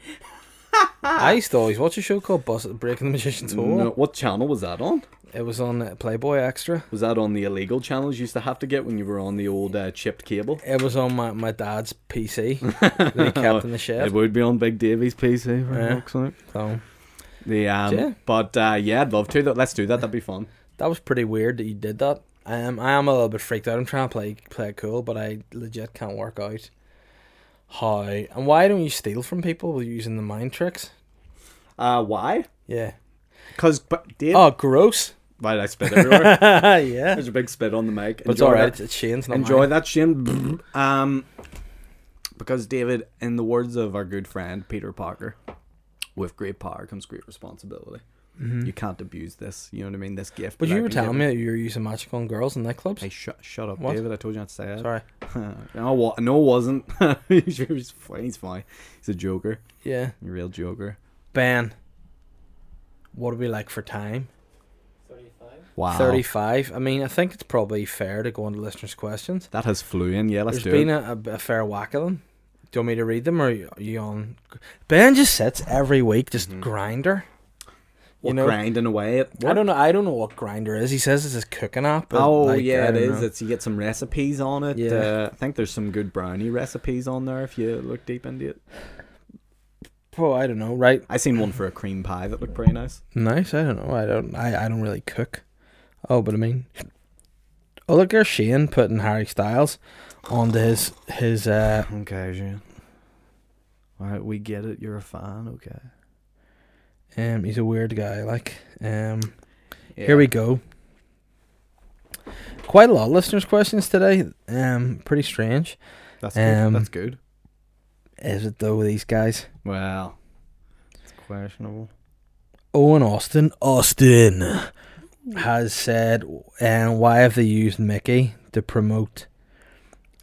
I used to always watch a show called Bus- Breaking the Magician's Hole.
No, what channel was that on?
It was on uh, Playboy Extra.
Was that on the illegal channels you used to have to get when you were on the old uh, chipped cable?
It was on my, my dad's PC that he kept in the
It
shed.
would be on Big Davy's PC. for
Yeah.
fuck's sake.
So
The, um,
Yeah.
But uh, yeah, I'd love to. That Let's do that. That'd be fun.
that was pretty weird that you did that. Um, I am a little bit freaked out. I'm trying to play play it cool, but I legit can't work out how and why don't you steal from people with using the mind tricks?
Uh, why?
Yeah.
Because but Dave,
Oh, gross.
right, I spit everywhere.
yeah.
There's a big spit on the mic.
But it's
Enjoy
all right.
that.
It's- It's Shane's not
Enjoy
mine.
that, Shane. um, because David, in the words of our good friend Peter Parker, with great power comes great responsibility. You can't abuse this. You know what I mean? This gift.
Hmm. Mm-hmm. But
that
you
I've
were
been
telling
given.
me that you were using magic on girls in nightclubs.
Hey, shut shut up,
What?
David. I told you not to say that.
Sorry.
no, what? No, it wasn't. he's fine. He's fine. He's a joker.
Yeah.
A real joker.
Ben. What do we like for time?
Wow.
35. I mean, I think it's probably fair to go on to listeners' questions.
That has flew in. Yeah, let's
There's
do
been
it.
a, a, a fair whack of them. Do you want me to read them or are you- are you on? Ben just sits every week, just
Mm-hmm.
grinder.
We're
you know-
grinding away at
I
work.
don't know. I don't know what grinder is. He says it's his cooking app. but,
Oh
like, I
yeah, it
don't
is.
know.
It's you get some recipes on it.
Yeah.
Uh, I think there's some good brownie recipes on there if you look deep into it.
Oh, I don't know. Right?
I seen one for a cream pie that looked pretty nice.
Nice. I don't know. I don't. I, I don't really cook. Oh, but I mean, oh look, there's Shane putting Harry Styles onto his his. uh
Okay, Jean. All right, we get it. You're a fan. Okay.
Um, he's a weird guy. Like, um. Here we go. Quite a lot of listeners' questions today. Um, pretty strange.
That's
Um,
good. That's good.
Is it though? These guys,
Well, it's questionable.
Owen Austin, Austin, has said, um, why have they used Mickey to promote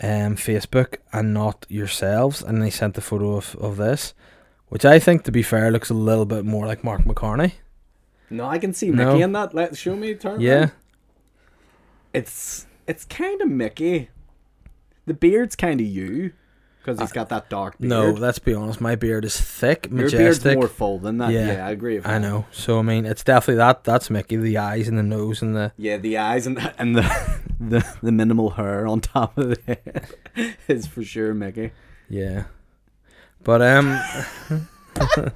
um Facebook and not yourselves?" And they sent the photo of of this, which I think, to be fair, looks a little bit more like Mark McCartney.
No, I can see
No.
Mickey in that. Let show me. Turn.
Yeah,
It's it's kind of Mickey. The beard's kind of you, because he's got that dark beard.
no, let's be honest. My beard is thick,
your beard's
majestic.
more full than that.
Yeah.
Yeah, I agree. With
I
that.
know. So I mean, it's definitely that. That's Mickey. The eyes and the nose and the
Yeah, the eyes and and the the, the minimal hair on top of the head is for sure Mickey.
yeah. But um.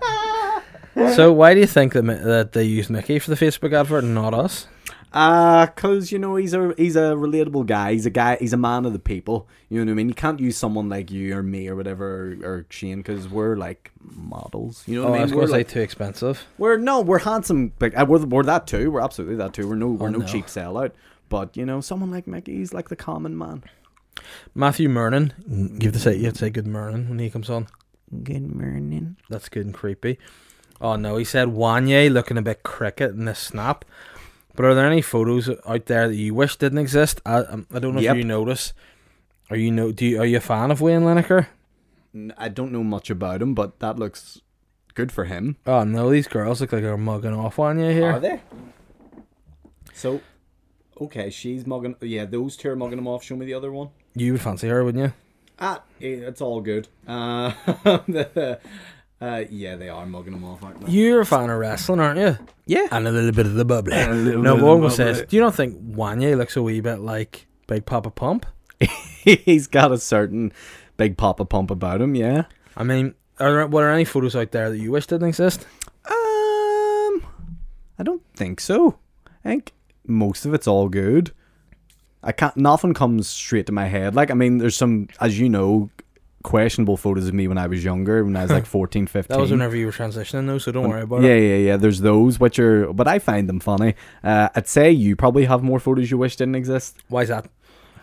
so why do you think that Mi- that they use Mickey for the Facebook advert and not us?
Uh, cause you know he's a he's a relatable guy. He's a guy. He's a man of the people. You know what I mean. You can't use someone like you or me or whatever or, or Shane because we're like models. You know
Oh,
what I
I was
mean. We're
going to say
like
too expensive.
we're no we're handsome. Like uh, we're the- we're that too. We're absolutely that too. We're no we're
Oh,
no,
no.
cheap sellout. But you know someone like Mickey, he's like the common man.
Matthew Mernon, you have to say you have to say good Mernon when he comes on.
Good morning.
That's good and creepy. Oh no, he said Wanye looking a bit cricket in this snap. But are there any photos out there that you wish didn't exist? I um, I don't know
Yep.
if you notice. Are you know? Do you, are you a fan of Wayne Lineker?
N- I don't know much about him, but that looks good for him.
Oh no, these girls look like they're mugging off on you here.
Are they? So, okay, she's mugging. Yeah, those two are mugging him off. Show me the other one.
You would fancy her, wouldn't you?
Ah, eh, it's all good. Uh, uh, yeah, they are mugging him off, aren't they?
You're a fan of wrestling, aren't you?
Yeah.
And a little bit of the bubbly.
a little
No,
bit
one
of the
was says,
bubbly.
do you not think Wanye looks a wee bit like Big Papa Pump?
he's got a certain big papa pump about him. Yeah.
I mean, are there, were there any photos out there that you wish didn't exist?
Um, I don't think so. I think most of it's all good. I can't. Nothing comes straight to my head. Like I mean, there's some, as you know, questionable photos of me when I was younger, when I was like 14, 15.
That was whenever you were transitioning, though, so don't worry about
Um, yeah,
it.
yeah, yeah. There's those which are, but I find them funny. Uh, I'd say you probably have more photos you wish didn't exist.
Why is that?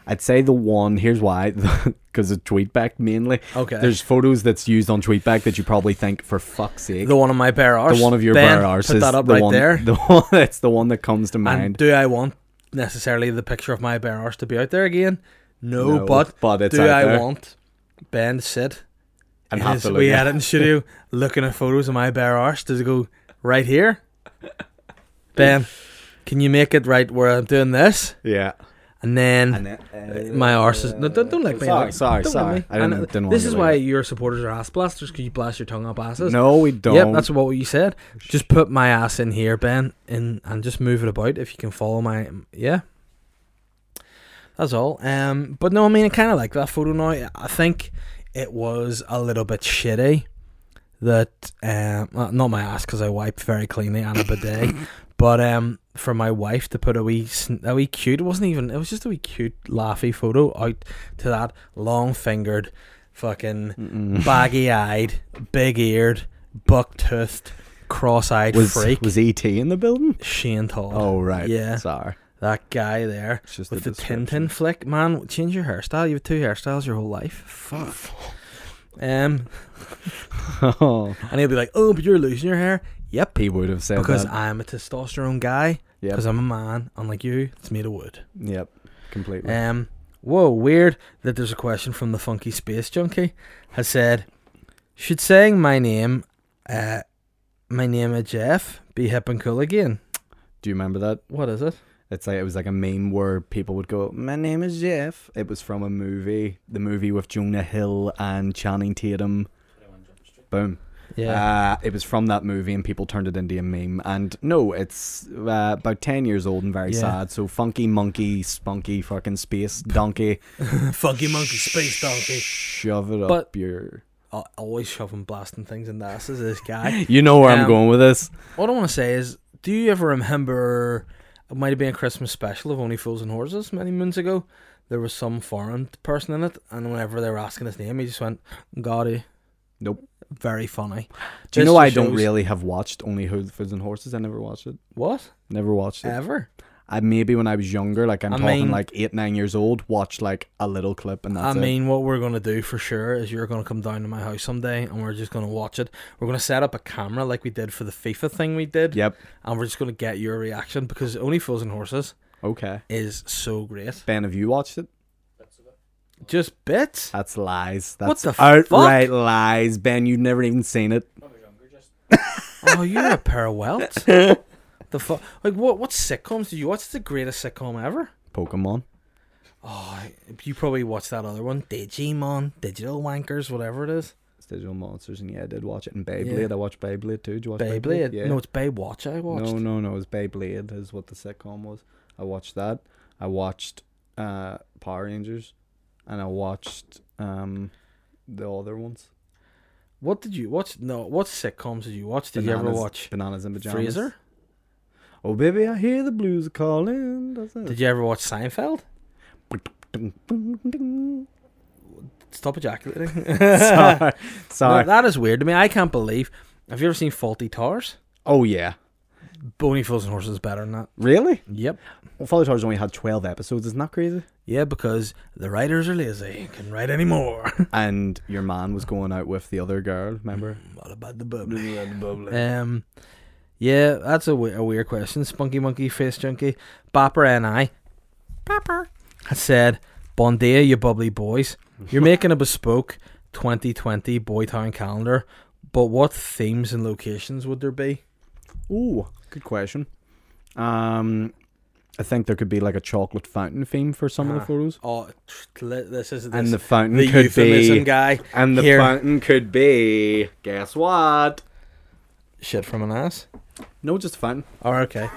I'd say the one. Here's why, because of Tweetback mainly.
Okay.
There's photos that's used on Tweetback that you probably think, for fuck's sake,
The one on my bare arse.
the one of your
ben,
bare arse
Put
is
that up
the
right
one,
there.
The one that's the one that comes to
and
mind.
do I want necessarily the picture of my bare arse to be out there again? No,
No,
but,
but it's
do
out
I
there.
want Ben to sit
And
in
have
his
to look
wee
at it.
editing studio looking at photos of my bare arse? Does it go right here? Ben, can you make it right where I'm doing this?
Yeah.
And then
And then, uh,
my arse is no, don't, don't like me.
Sorry,
like,
sorry,
don't
sorry.
like me.
I didn't-
And uh,
didn't want
this
to
is
do
why
that.
your supporters are ass blasters because you blast your tongue up asses.
No, we don't.
Yep, that's what you said. Just put my ass in here, Ben, and and just move it about if you can follow my yeah. That's all. Um, but no, I mean I kind of like that photo now. I think it was a little bit shitty that um uh, not my ass because I wipe very cleanly and a bidet, but um for my wife to put a wee sn- a wee cute. It wasn't even. It was just a wee cute laughy photo out to that long fingered, fucking
Mm-mm.
baggy eyed, big eared, buck toothed, cross eyed
was
freak.
was ET in the building?
Shane Todd.
Oh right.
Yeah.
Sorry.
That guy there
It's just
with the,
the
Tintin flick. Man, change your hairstyle. You have two hairstyles your whole life. Fuck. Um,
oh,
and he'll be like, oh, but you're losing your hair. Yep.
he would have said
Because
that.
I'm a testosterone guy.
Yep.
Because I'm a man. Unlike you, it's made of wood.
Yep. Completely.
Um, whoa, weird that there's a question from the Funky Space Junkie has said, should saying my name, uh, my name is Jeff, be hip and cool again?
Do you remember that?
What is it?
It's like it was like a meme where people would go, "My name is Jeff." It was from a movie, the movie with Jonah Hill and Channing Tatum. Boom.
Yeah.
Uh, it was from that movie, and people turned it into a meme. And no, it's uh, about ten years old and very
Yeah.
sad. So funky monkey, spunky fucking space donkey.
Funky Monkey Space Donkey.
Shove it up
But-
your.
I always shoving blasting things in the asses of this guy.
You know where
Um,
I'm going with this.
what I want to say is, do you ever remember? It might have been a Christmas special of Only Fools and Horses many moons ago. There was some foreign person in it, and whenever they were asking his name, he just went, "Gotti."
Nope.
Very funny.
Do you
This
know I
just
don't
shows-
really have watched only Hoods, Foods and Horses? I never watched it.
what
Never watched it.
ever?
I maybe when I was younger, like I'm
I
talking
mean-
like eight, nine years old, watched like a little clip and that's
I
it.
mean, what we're gonna do for sure is you're gonna come down to my house someday, and we're just gonna watch it. We're gonna set up a camera like we did for the FIFA thing we did,
Yep.
and we're just gonna get your reaction because Only Fools and Horses
Okay.
is so great.
Ben, have you watched it?
Just bits.
That's lies.
What
That's
the fuck?
outright lies. Ben, you've never even seen it.
Oh, you're a pair of welts. The fu- like what? What sitcoms do you watch? It's the greatest sitcom ever.
Pokemon.
Oh, you probably watched that other one, Digimon, Digital Wankers, whatever it is.
It's digital monsters, and yeah, I did watch it. And Beyblade, I watched Beyblade too. Did you watch Beyblade?
Beyblade.
Yeah.
No, it's Baywatch. I watched.
No, no, no. It was Beyblade is what the sitcom was. I watched that. I watched uh, Power Rangers, and I watched um, the other ones.
What did you watch? No, what sitcoms did you watch? Did you ever
Bananas-
watch
Bananas and Pajamas?
Fraser?
Oh baby, I hear the blues are calling. That's it.
Did you ever watch Seinfeld?
Ding, ding, ding.
Stop ejaculating.
Sorry,
No,
sorry.
that is weird to me. I can't believe. Have you ever seen Faulty Towers?
oh yeah,
Bony Fools and Horses is better than that.
really?
Yep.
Well, Father Tower's only had twelve episodes. Isn't that crazy?
Yeah, because the writers are lazy. Can write any more.
And your man was going out with the other girl. Remember?
what about the bubbly?
Eh.
Um, yeah, that's a, we- a weird question. Spunky Monkey Face Junkie, Bapper and I, Bapper, has said, "Bon dia, you bubbly boys. You're making a bespoke 2020 Boytown calendar, but what themes and locations would there be?
Ooh, good question. Um, I think there could be like a chocolate fountain theme for some of
Ah.
the photos.
Oh, tr- li- this is
And the
this-
fountain
the
could
euphemism
be.
guy.
And the
Here.
fountain could be. Guess what?
Shit from an ass.
No, just a fountain.
Oh, okay.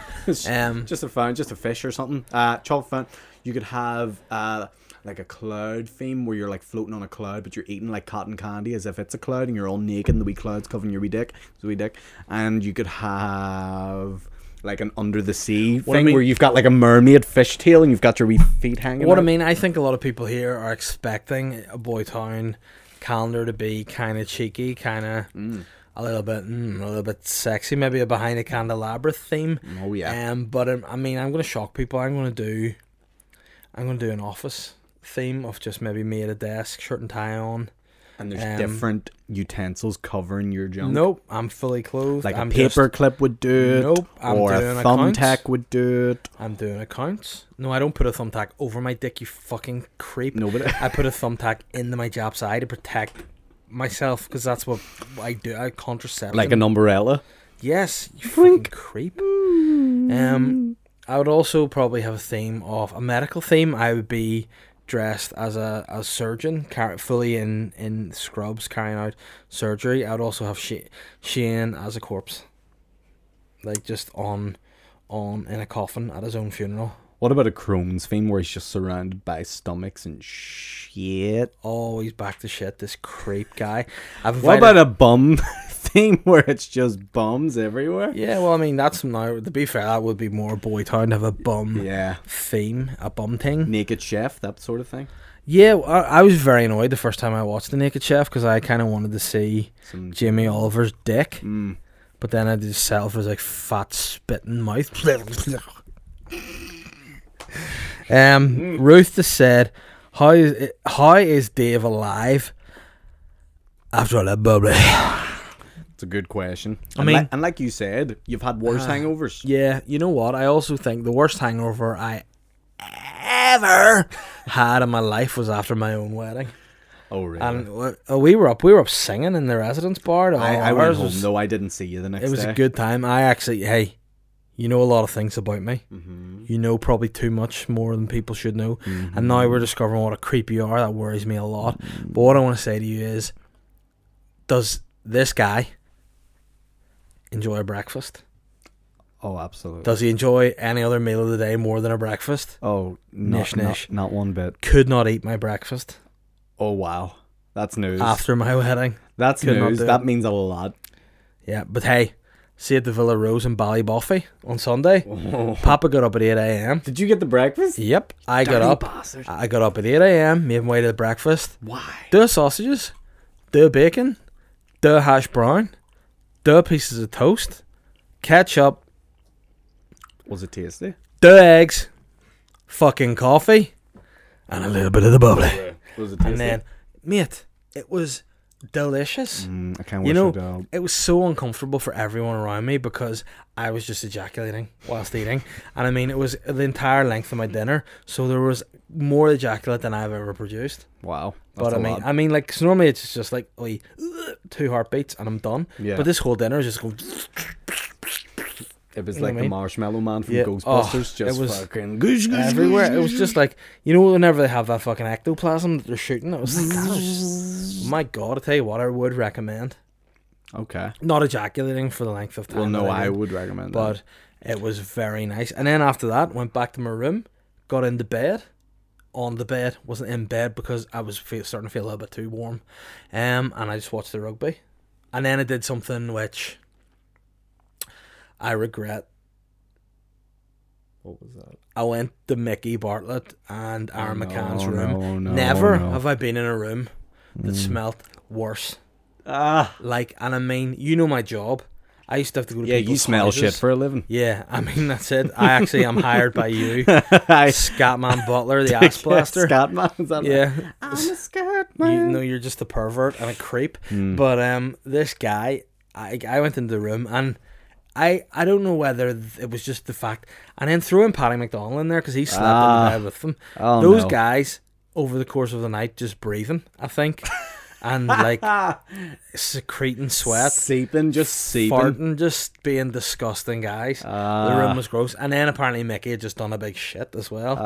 Um,
just a fountain, just a fish or something. Uh, chocolate fountain. You could have uh, like a cloud theme where you're like floating on a cloud, but you're eating like cotton candy as if it's a cloud, and you're all naked, and the wee clouds covering your wee dick, so wee dick, and you could have. Like an under the sea
I
thing
mean-
where you've got like a mermaid fishtail and you've got your wee feet hanging.
What
out.
I mean, I think a lot of people here are expecting a Boy Town calendar to be kind of cheeky, kind of a little bit, mm, a little bit sexy, maybe a behind a candelabra theme.
Oh, yeah.
Um, but um, I mean, I'm gonna shock people. I'm gonna do, I'm gonna do an office theme of just maybe me at a desk, shirt and tie on.
And there's
Um,
different utensils covering your junk.
Nope, I'm fully clothed.
Like
I'm
a paper clip would do it.
Nope, I'm
or
doing
a
accounts.
thumbtack would do it.
I'm doing accounts. No, I don't put a thumbtack over my dick, you fucking creep.
No, but-
I put a thumbtack into my Jap's eye to protect myself because that's what I do. I contracept.
Like an umbrella.
yes, you fucking creep. Um, I would also probably have a theme of a medical theme. I would be dressed as a, a surgeon, car- fully in in scrubs, carrying out surgery. I would also have Sha- Shane as a corpse, like just on on in a coffin at his own funeral.
What about a Crohn's theme where he's just surrounded by stomachs and shit?
always back to shit. This creep guy. I've
What
invited,
about a bum theme where it's just bums everywhere?
yeah, well, I mean, that's now. To be fair, that would be more boy town to have a bum
Yeah.
theme, a bum thing.
Naked chef, that sort of thing.
Yeah, I, I was very annoyed the first time I watched The Naked Chef because I kind of wanted to see
Some
Jamie Oliver's dick,
mm.
but then I just settled for his like fat spitting mouth.
Hmm.
um, Ruth just said, "How is how is Dave alive after all that bubbly?"
It's a good question.
I
And li-
mean- Ah.
and like you said, you've had worse hangovers.
Yeah, you know what? I also think the worst hangover I ever had in my life was after my own wedding.
Oh, really?
And w- uh, we were up, we were up singing in the residence bar. Oh,
I, I
Ours
went home,
was-
though. I didn't see you the next day.
It was a good time. I actually, hey, you know a lot of things about me.
Mm-hmm.
You know probably too much, more than people should know. And now
Mm-hmm.
we're discovering what a creep you are. That worries me a lot. But what I want to say to you is, does this guy enjoy a breakfast?
Oh, absolutely.
Does he enjoy any other meal of the day more than a breakfast?
Oh, not,
Nish,
not-
nish.
not one bit.
Could not eat my breakfast
Oh wow, that's news.
after my wedding.
that's
Ah, could not
news.
do
That
it.
means a lot.
Yeah, but hey, see you at the Villa Rose in Ballyboffey on Sunday. Papa got up at 8 a.m.
Did you get the breakfast?
Yep, I got
Dirty
up.
bastard.
I got up at 8 a.m., made my way to the breakfast.
Why?
Do sausages, do bacon, do hash brown, do pieces of toast, ketchup,
Was it tasty?
do eggs, fucking coffee, and a little bit of the bubbly.
Was it tasty?
And then, mate, it was delicious.
Mm, I can't
You
wash
know,
it out.
it was so uncomfortable for everyone around me because I was just ejaculating whilst eating. And I mean, it was the entire length of my dinner, so there was more ejaculate than I've ever produced.
Wow.
But I mean, I mean, like, 'cause normally it's just like, like two heartbeats and I'm done.
Yeah.
But this whole dinner was just going,
it was
you know
like
what I
the
mean?
marshmallow man from
Yeah. Oh,
Ghostbusters. just
it was
fucking goosh, goosh,
everywhere.
goosh,
It was just like, you know, whenever they have that fucking ectoplasm that they're shooting, it was like, that was- my God, I tell you what, I would recommend
goosh. Okay.
not ejaculating for the length of time.
Well, no,
that
I
did.
would recommend
but it was very nice. And then after that, went back to my room, got into bed, on the bed, wasn't in bed because I was feel, starting to feel a little bit too warm, um, and I just watched the rugby, and then I did something which I regret.
that. What was that?
I went to Mickey Bartlett and Aaron McCann's
no,
room.
no, no,
Never
no. Mm.
have I been in a room that smelt worse.
Ah.
Like, and I mean, you know my job. I used to have to go to
Yeah, you
people's
smell
houses.
shit for a living.
Yeah, I mean that's it. I actually am hired by you, Scatman Butler, the ass blaster.
Scatman. Is that Right?
yeah,
I'm Hmm. a Scatman.
you know you're just a pervert and a creep.
Mm.
But um, this guy, I I went into the room and I I don't know whether th- it was just the fact, and then threw in Paddy McDonald in there because he slept
Ah.
in the bed with them.
Oh,
Those
no.
guys over the course of the night just breathing, I think, and like secreting sweat.
Seeping, just seeping.
farting, just being disgusting guys. the room was gross, and then apparently Mickey had just done a big shit as well.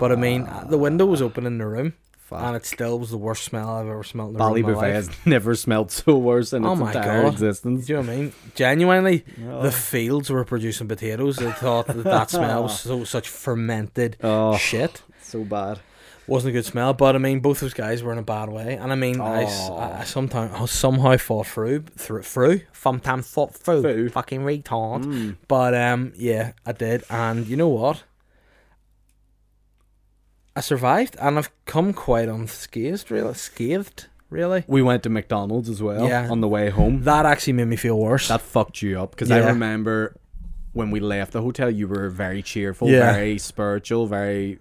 but I mean, the window was open in the room, and it still was the worst smell I've ever smelled in the
Bali
room. in my
buffet
life.
has never smelled so worse in
Oh
its
my
entire
God.
existence.
Do you know what I mean? Genuinely, the fields were producing potatoes. They thought that that smell was so such fermented
Oh.
shit.
So bad.
wasn't a good smell. But I mean, both those guys were in a bad way, and I mean, I, s- I- I sometime- I somehow fought through through through sometime fought through
Through. Hmm.
fucking retard. But um, yeah, I did, and you know what? I survived, and I've come quite unscathed, really. Scathed, really.
We went to McDonald's as well
Yeah.
on the way home.
That actually made me feel worse.
That fucked you up because I
Yeah.
remember when we left the hotel, you were very cheerful,
Yeah.
very spiritual, very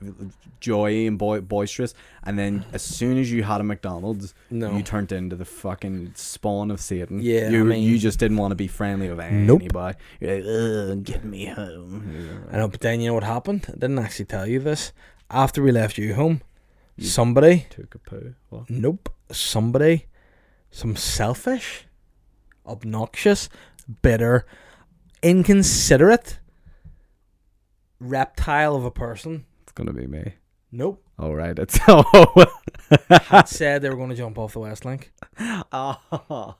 joy and boy- boisterous. And then as soon as you had a McDonald's,
No.
you turned into the fucking spawn of Satan.
Yeah, I
you
mean-
you just didn't want to be friendly with anybody. You're like, Ugh, get me home.
I know, but then you know what happened? I didn't actually tell you this. After we left you home,
Hmm.
somebody,
Took a poo. What?
nope, somebody, some selfish, obnoxious, bitter, inconsiderate reptile of a person,
It's gonna be me.
nope,
All right, it's oh.
had said they were going to jump off the West Link.
oh.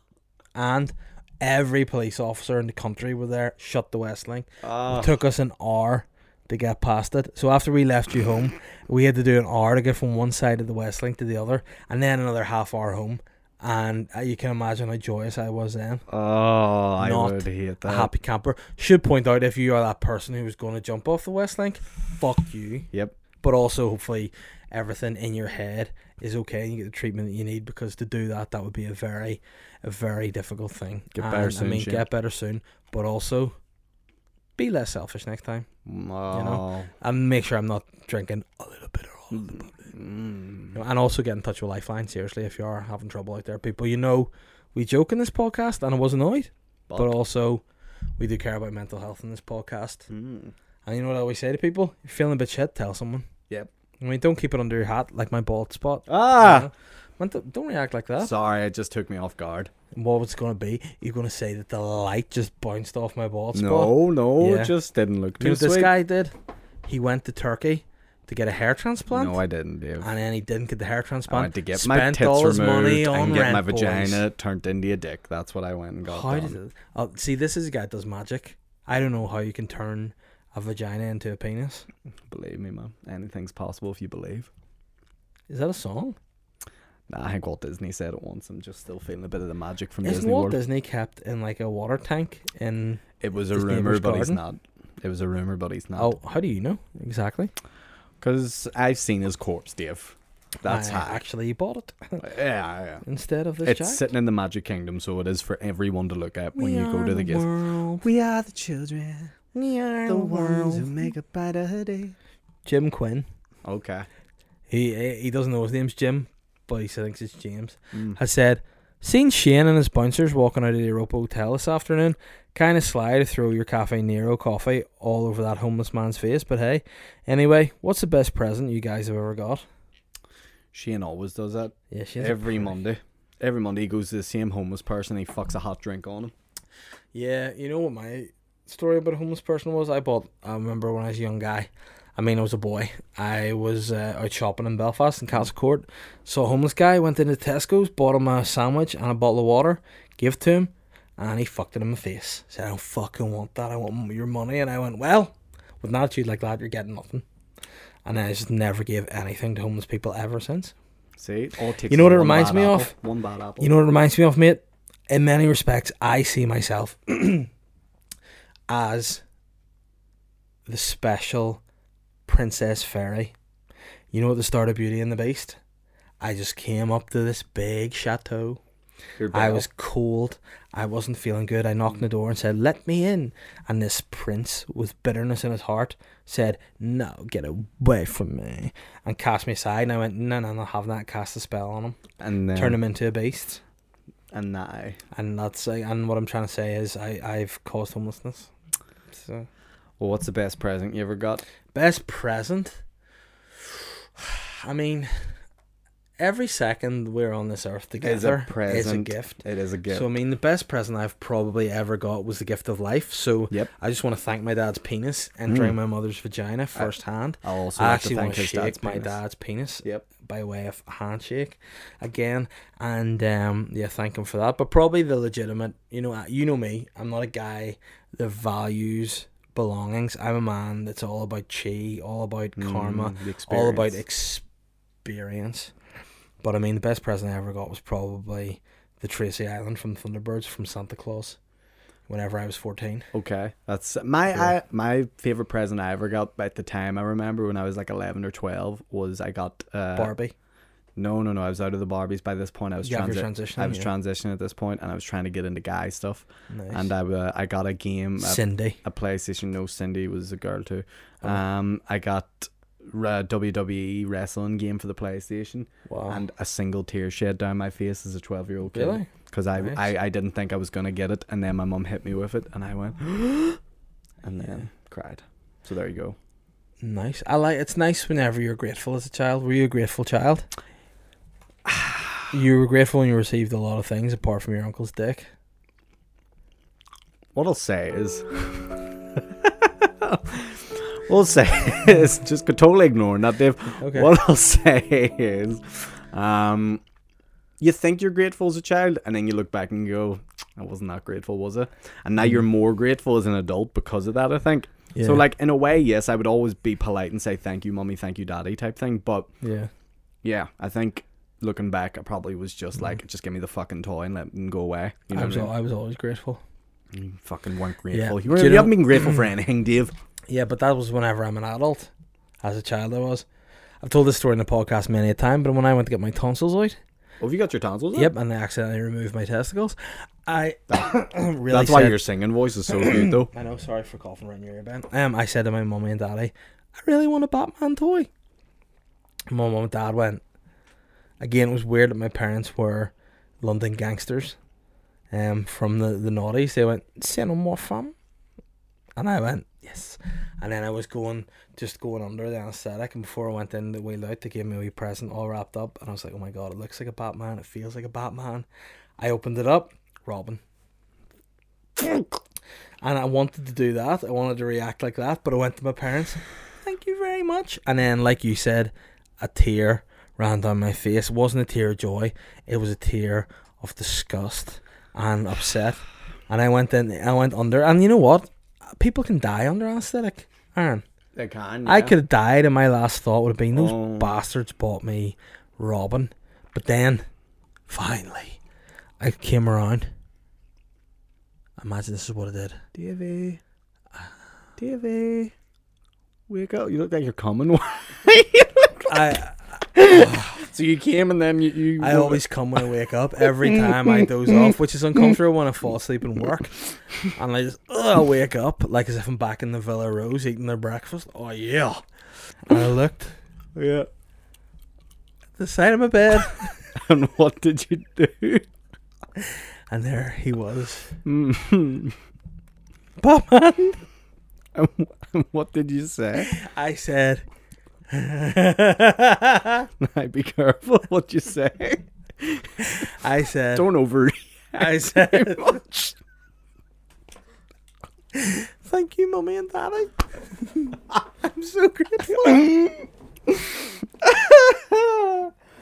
And every police officer in the country were there, shut the West Link. It took us an hour to get past it. So after we left you home, we had to do an hour to get from one side of the West Link to the other, and then another half hour home. And uh, you can imagine how joyous I was then.
Oh, I
Not
would hate
A
that.
happy camper. Should point out if you are that person who was going to jump off the West Link, fuck you.
Yep.
But also, hopefully, everything in your head is okay and you get the treatment that you need because to do that, that would be a very, a very difficult thing.
Get
And,
better soon,
I mean,
Shane.
get better soon, but also be less selfish next time.
Oh.
and make sure I'm not drinking a little bit or all. of it.
Mm.
You know, and also get in touch with Lifeline, seriously, if you are having trouble out there. People, you know, we joke in this podcast, and I was annoyed, but,
But-
also we do care about mental health in this podcast.
Mm.
And you know what I always say to people? If you're feeling a bit shit, tell someone.
Yep.
I mean, don't keep it under your hat like my bald spot. You
Ah!
know? Man, don't- don't react like that.
Sorry, it just took me off guard.
what it's going to be, you're going to say that the light just bounced off my bald spot.
No, no,
Yeah.
it just didn't look
You know
too
what this
sweet.
guy did? He went to Turkey to get a hair transplant.
No, I didn't, Dave.
and then he didn't get the hair
I
transplant.
went to get
Ah, spent
my tits
all his
removed
money on
and get my
rent, boys.
vagina turned into a dick. That's what I went and got
How
done.
does it? Oh, see, this is a guy that does magic. I don't know how you can turn a vagina into a penis.
Believe me, man. Anything's possible if you believe.
Is that a song?
Nah, I think Walt Disney said it once. I'm just still feeling a bit of the magic from
Isn't
Disney
Walt
World.
Disney kept in like a water tank? In
it was a
Disney
rumor,
Neighbours
but he's
Garden?
not. It was a rumor, but he's not.
oh, how do you know exactly?
Because I've seen his corpse, Dave. That's
I
how.
actually bought it
Yeah, yeah.
instead of this.
It's
jack.
sitting in the Magic Kingdom, so it is for everyone to look at when
We
you go
are
to
the
the gift.
world.
We are the children,
We are the, world.
make a brighter day.
Jim Quinn.
Okay.
He he doesn't know his name's Jim, but he thinks it's James.
Mm.
I said, Seen Shane and his bouncers walking out of the Europa Hotel this afternoon. Kind of sly to throw your Cafe Nero coffee all over that homeless man's face, but hey. Anyway, what's the best present you guys have ever got?
Shane always does that
Yeah, she's a
every
prick.
Monday. Every Monday he goes to the same homeless person. He fucks a hot drink on him.
Yeah, you know what my story about a homeless person was? I bought, I remember when I was a young guy. I mean, I was a boy. I was uh, out shopping in Belfast in Castle Court. Saw a homeless guy, went into Tesco's, bought him a sandwich and a bottle of water, gave it to him, and he fucked it in my face. Said, I don't fucking want that. I want m- your money. And I went, Well, with an attitude like that, you're getting nothing. And I just never gave anything to homeless people ever since.
See, it all takes
You know what it
one
reminds
bad
me
apple.
of?
One bad apple.
You know what it reminds me of, mate? In many respects, I see myself as the special Princess Fairy. You know, at the start of Beauty and the Beast, I just came up to this big chateau.
Your
I
bell.
was cold. I wasn't feeling good. I knocked on the door and said, Let me in. And this prince, with bitterness in his heart, said, No, get away from me. And cast me aside. And I went, No, no, I'm not having that. Cast a spell on him.
and then
Turn him into a beast.
and I.
And that's uh, and what I'm trying to say is I I've caused homelessness. So
Well, what's the best present you ever got?
best present. I mean, every second we're on this earth
Is a
together is a
present.
gift.
It is a gift.
So I mean, the best present I've probably ever got was the gift of life. So
Yep. Mm.
I just want to thank my dad's penis entering my mother's vagina firsthand.
I also
I
like
actually
to thank
want to
his dad's
shake my
penis.
dad's penis
Yep.
by way of handshake again and um yeah thank him for that but probably the legitimate you know uh, you know me i'm not a guy that values belongings i'm a man that's all about chi all about karma
Mm, the
all about
experience.
experience. But I mean, the best present I ever got was probably the Tracy Island from Thunderbirds from Santa Claus. Whenever I was fourteen,
Okay, that's my
Yeah.
I, my favorite present I ever got at the time. I remember when I was like eleven or twelve was I got uh,
Barbie.
No, no, no. I was out of the Barbies by this point. I was
Yeah, if you're
transi- I
transitioning,
was
yeah.
transitioning at this point, and I was trying to get into guy stuff.
Nice.
And I uh, I got a game, a,
Cindy.
a PlayStation. No, Cindy was a girl too.
Oh,
Um, I got a WWE wrestling game for the PlayStation,
Wow.
and a single tear shed down my face as a twelve year old kid.
Oh. Really?
Because I,
Nice.
I I didn't think I was gonna get it, and then my mum hit me with it, and I went, and then cried. So there you go.
Nice. I like. It's nice whenever you're grateful as a child. Were you a grateful child? you were grateful and you received a lot of things apart from your uncle's dick.
what I'll say is, what I'll say is just go- totally ignoring that, Dave.
Okay.
What I'll say is, um, you think you're grateful as a child, and then you look back and go, "I wasn't that grateful, was I?" And now you're more grateful as an adult because of that. I think.
Mm. Yeah.
So, like in a way, yes, I would always be polite and say thank you, mommy, thank you, daddy, type thing. But
Yeah.
yeah, I think looking back, I probably was just like, just give me the fucking toy and let them go away. You
Mm. I
know what I
was.
mean?
Al- I was always grateful.
You fucking weren't grateful. You,
Do
were,
you
you,
know- Mm.
haven't been grateful for anything, Dave.
Yeah, but that was whenever I'm an adult. As a child, I was. I've told this story in the podcast many a time, but when I went to get my tonsils out,
Oh, have you got your tonsils? out?
yep, and I accidentally removed my testicles, I really
That's why
said-
your singing voice is so good, though.
I know, sorry for coughing around your ear, Ben. Um, I said to my mummy and daddy, I really want a Batman toy. And My mum and dad went. Again, it was weird that my parents were London gangsters um, from the, the noughties. They went, send them off, fam. And I went, yes. And then I was going, just going under the anesthetic. And before I went in the wheel out, they gave me a wee present all wrapped up. And I was like, oh my God, it looks like a Batman. It feels like a Batman. I opened it up, Robin. And I wanted to do that. I wanted to react like that, but I went to my parents, thank you very much. And then, like you said, a tear ran down my face. It wasn't a tear of joy, it was a tear of disgust and upset. And I went in, I went under. And you know what? People can die under anesthetic, Aaron.
They can.
I could have died, and my last thought would have been those
Oh.
bastards bought me Robin. But then, finally, I came around. Imagine this is what I did.
Davey. Davey. Wake up. You look like you're coming.
I
so you came and then you. you
I always come when I wake up every time I doze off, which is uncomfortable when I fall asleep and work. And I just ugh, I wake up like as if I'm back in the Villa Rose eating their breakfast. Oh yeah. And I looked
Yeah.
at the side of my bed
And what did you do?
and there he was.
Mhm.
Batman
and wh- and what did you say?
I said I
Now be careful what you say.
said
Don't overreact
I said
too much.
Thank you, Mummy and Daddy. I'm so grateful.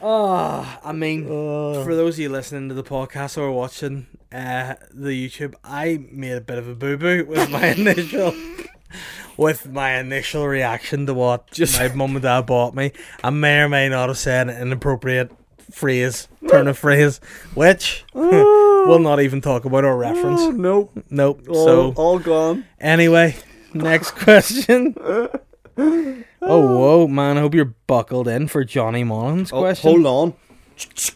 Ah, I mean, for those of you listening to the podcast or watching uh, the YouTube, I made a bit of a boo boo with my initial. With my initial reaction to what
Just-
my mum and dad bought me, I may or may not have said an inappropriate phrase, turn of phrase, which we'll not even talk about or
Oh,
reference.
no.
Oh, Nope.
All,
So
all gone.
Anyway, next question. oh, whoa, man. I hope you're buckled in for Johnny Mullins'
Oh,
question.
Hold on. Hit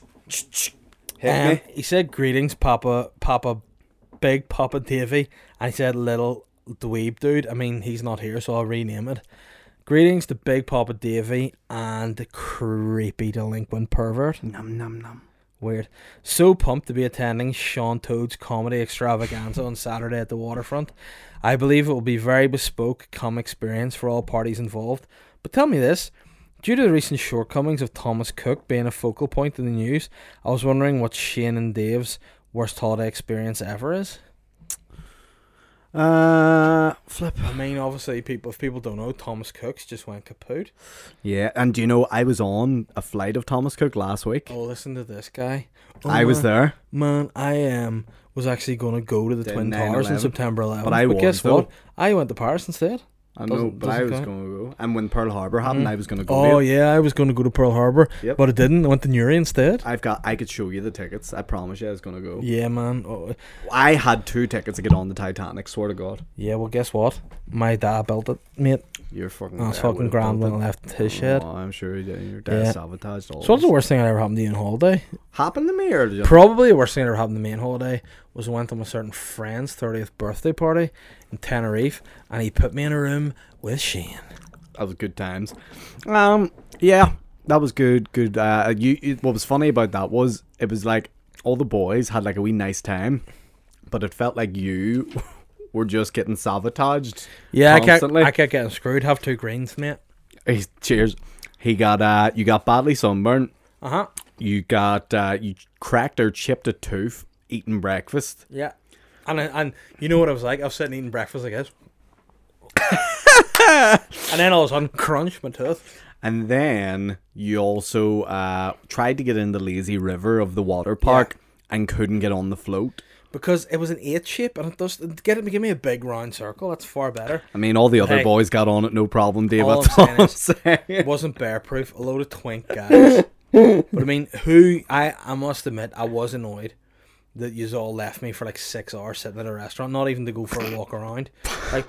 Um,
me.
he said, Greetings, Papa, Papa, Big Papa Davy. I said, Little Dweeb Dude. I mean, he's not here, so I'll rename it. Greetings to Big Papa Davy and the creepy delinquent pervert.
Num num num.
Weird. So pumped to be attending Sean Toad's comedy extravaganza on Saturday at the waterfront. I believe it will be very bespoke come experience for all parties involved. But tell me this. Due to the recent shortcomings of Thomas Cook being a focal point in the news, I was wondering what Shane and Dave's worst holiday experience ever is.
Uh, flip.
I mean, obviously, people if people don't know, Thomas Cook's just went kaput.
Yeah, and do you know I was on a flight of Thomas Cook last week.
Oh, listen to this guy. Oh,
I was
man,
there.
Man, I um was actually going to go to the
Did
Twin Towers on
9/11?
September 11th. But,
I
guess
wasn't,
what? I went to Paris instead.
I know,
Doesn't-
but I
doesn't
was
count.
going to go. And when Pearl Harbor happened, I was going to go.
Oh
mate.
yeah, I was going to go to Pearl Harbor,
Yep.
but I didn't. I went to Newry instead.
I've got. I could show you the tickets. I promise you, I was going to go.
yeah, man. Oh,
I had two tickets to get on the Titanic. Swear to God,
yeah. Well, guess what? My dad built it, mate.
you're fucking.
I was
I
fucking
would've
grand
built
when I
it.
left his shed.
Oh, I'm sure you did. Your dad
Yeah.
sabotaged all.
So what's the
this.
worst thing that ever happened to you on holiday?
happened to me or did you-
Probably the worst thing that ever happened to me on holiday was I went to my certain friend's thirtieth birthday party in Tenerife, and he put me in a room with Shane.
that was good times. Um, yeah, that was good. Good. Uh, you. It, what was funny about that was it was like all the boys had like a wee nice time, but it felt like you were just getting sabotaged.
Yeah, I kept,
constantly.
I kept getting screwed. Have two greens, mate.
Hey, cheers. He got uh, you got badly sunburned.
Uh huh.
You got uh, you cracked or chipped a tooth eating breakfast.
Yeah. And I, and you know what I was like? I was sitting eating breakfast, I guess. and then all of a sudden, crunch my tooth.
And then you also uh, tried to get in the lazy river of the water park and couldn't get on the float.
Because it was an eight shape, and it does get it. Give me a big round circle. That's far better.
I mean, all the other
Hey.
boys got on it, no problem, Dave.
All
That's
I'm
all I'm saying.
It wasn't bear proof. A load of twink guys. but I mean, who I I must admit, I was annoyed that you all left me for like six hours sitting at a restaurant, not even to go for a walk around. Like,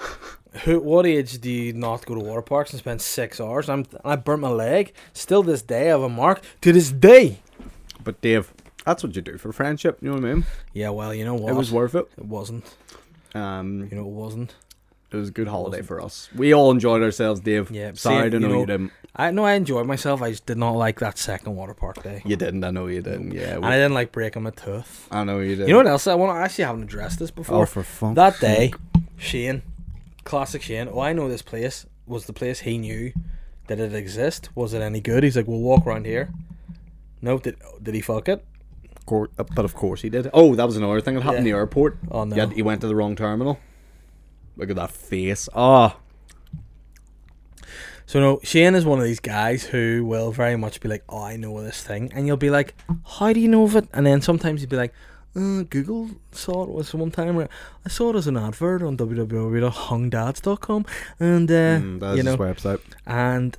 who? What age do you not go to water parks and spend six hours? I'm I burnt my leg. Still this day, I have a mark to this day.
But Dave, that's what you do for friendship. You know what I mean?
Yeah, well, you know what?
It was worth it.
It wasn't.
Um,
You know, it wasn't.
it was a good holiday for us. We all enjoyed ourselves, Dave.
Yeah.
Sorry
see,
to know, you didn't.
I no, I enjoyed myself. I just did not like that second water park day,
You didn't. I know you didn't. Yeah.
and I didn't like breaking my tooth.
I know you didn't.
You know what else? I want. I actually haven't addressed this before.
Oh, for fuck's
that day, Shane, classic Shane. Oh, I know this place was the place he knew that it exist. Was it any good? He's like, we'll walk around here. No, did did he fuck it?
Cour- uh, but of course he did. Oh, that was another thing that happened in the
Yeah.
airport.
Oh, no.
He, had- he went to the wrong terminal. Look at that face. Ah,
So no, Shane is one of these guys who will very much be like, "Oh, I know this thing," and you'll be like, "How do you know of it?" And then sometimes you'll be like, uh, "Google saw it was one time. Where I saw it as an advert on www.hungdads.com, and uh,
that's
you know,
mm, his website.
and."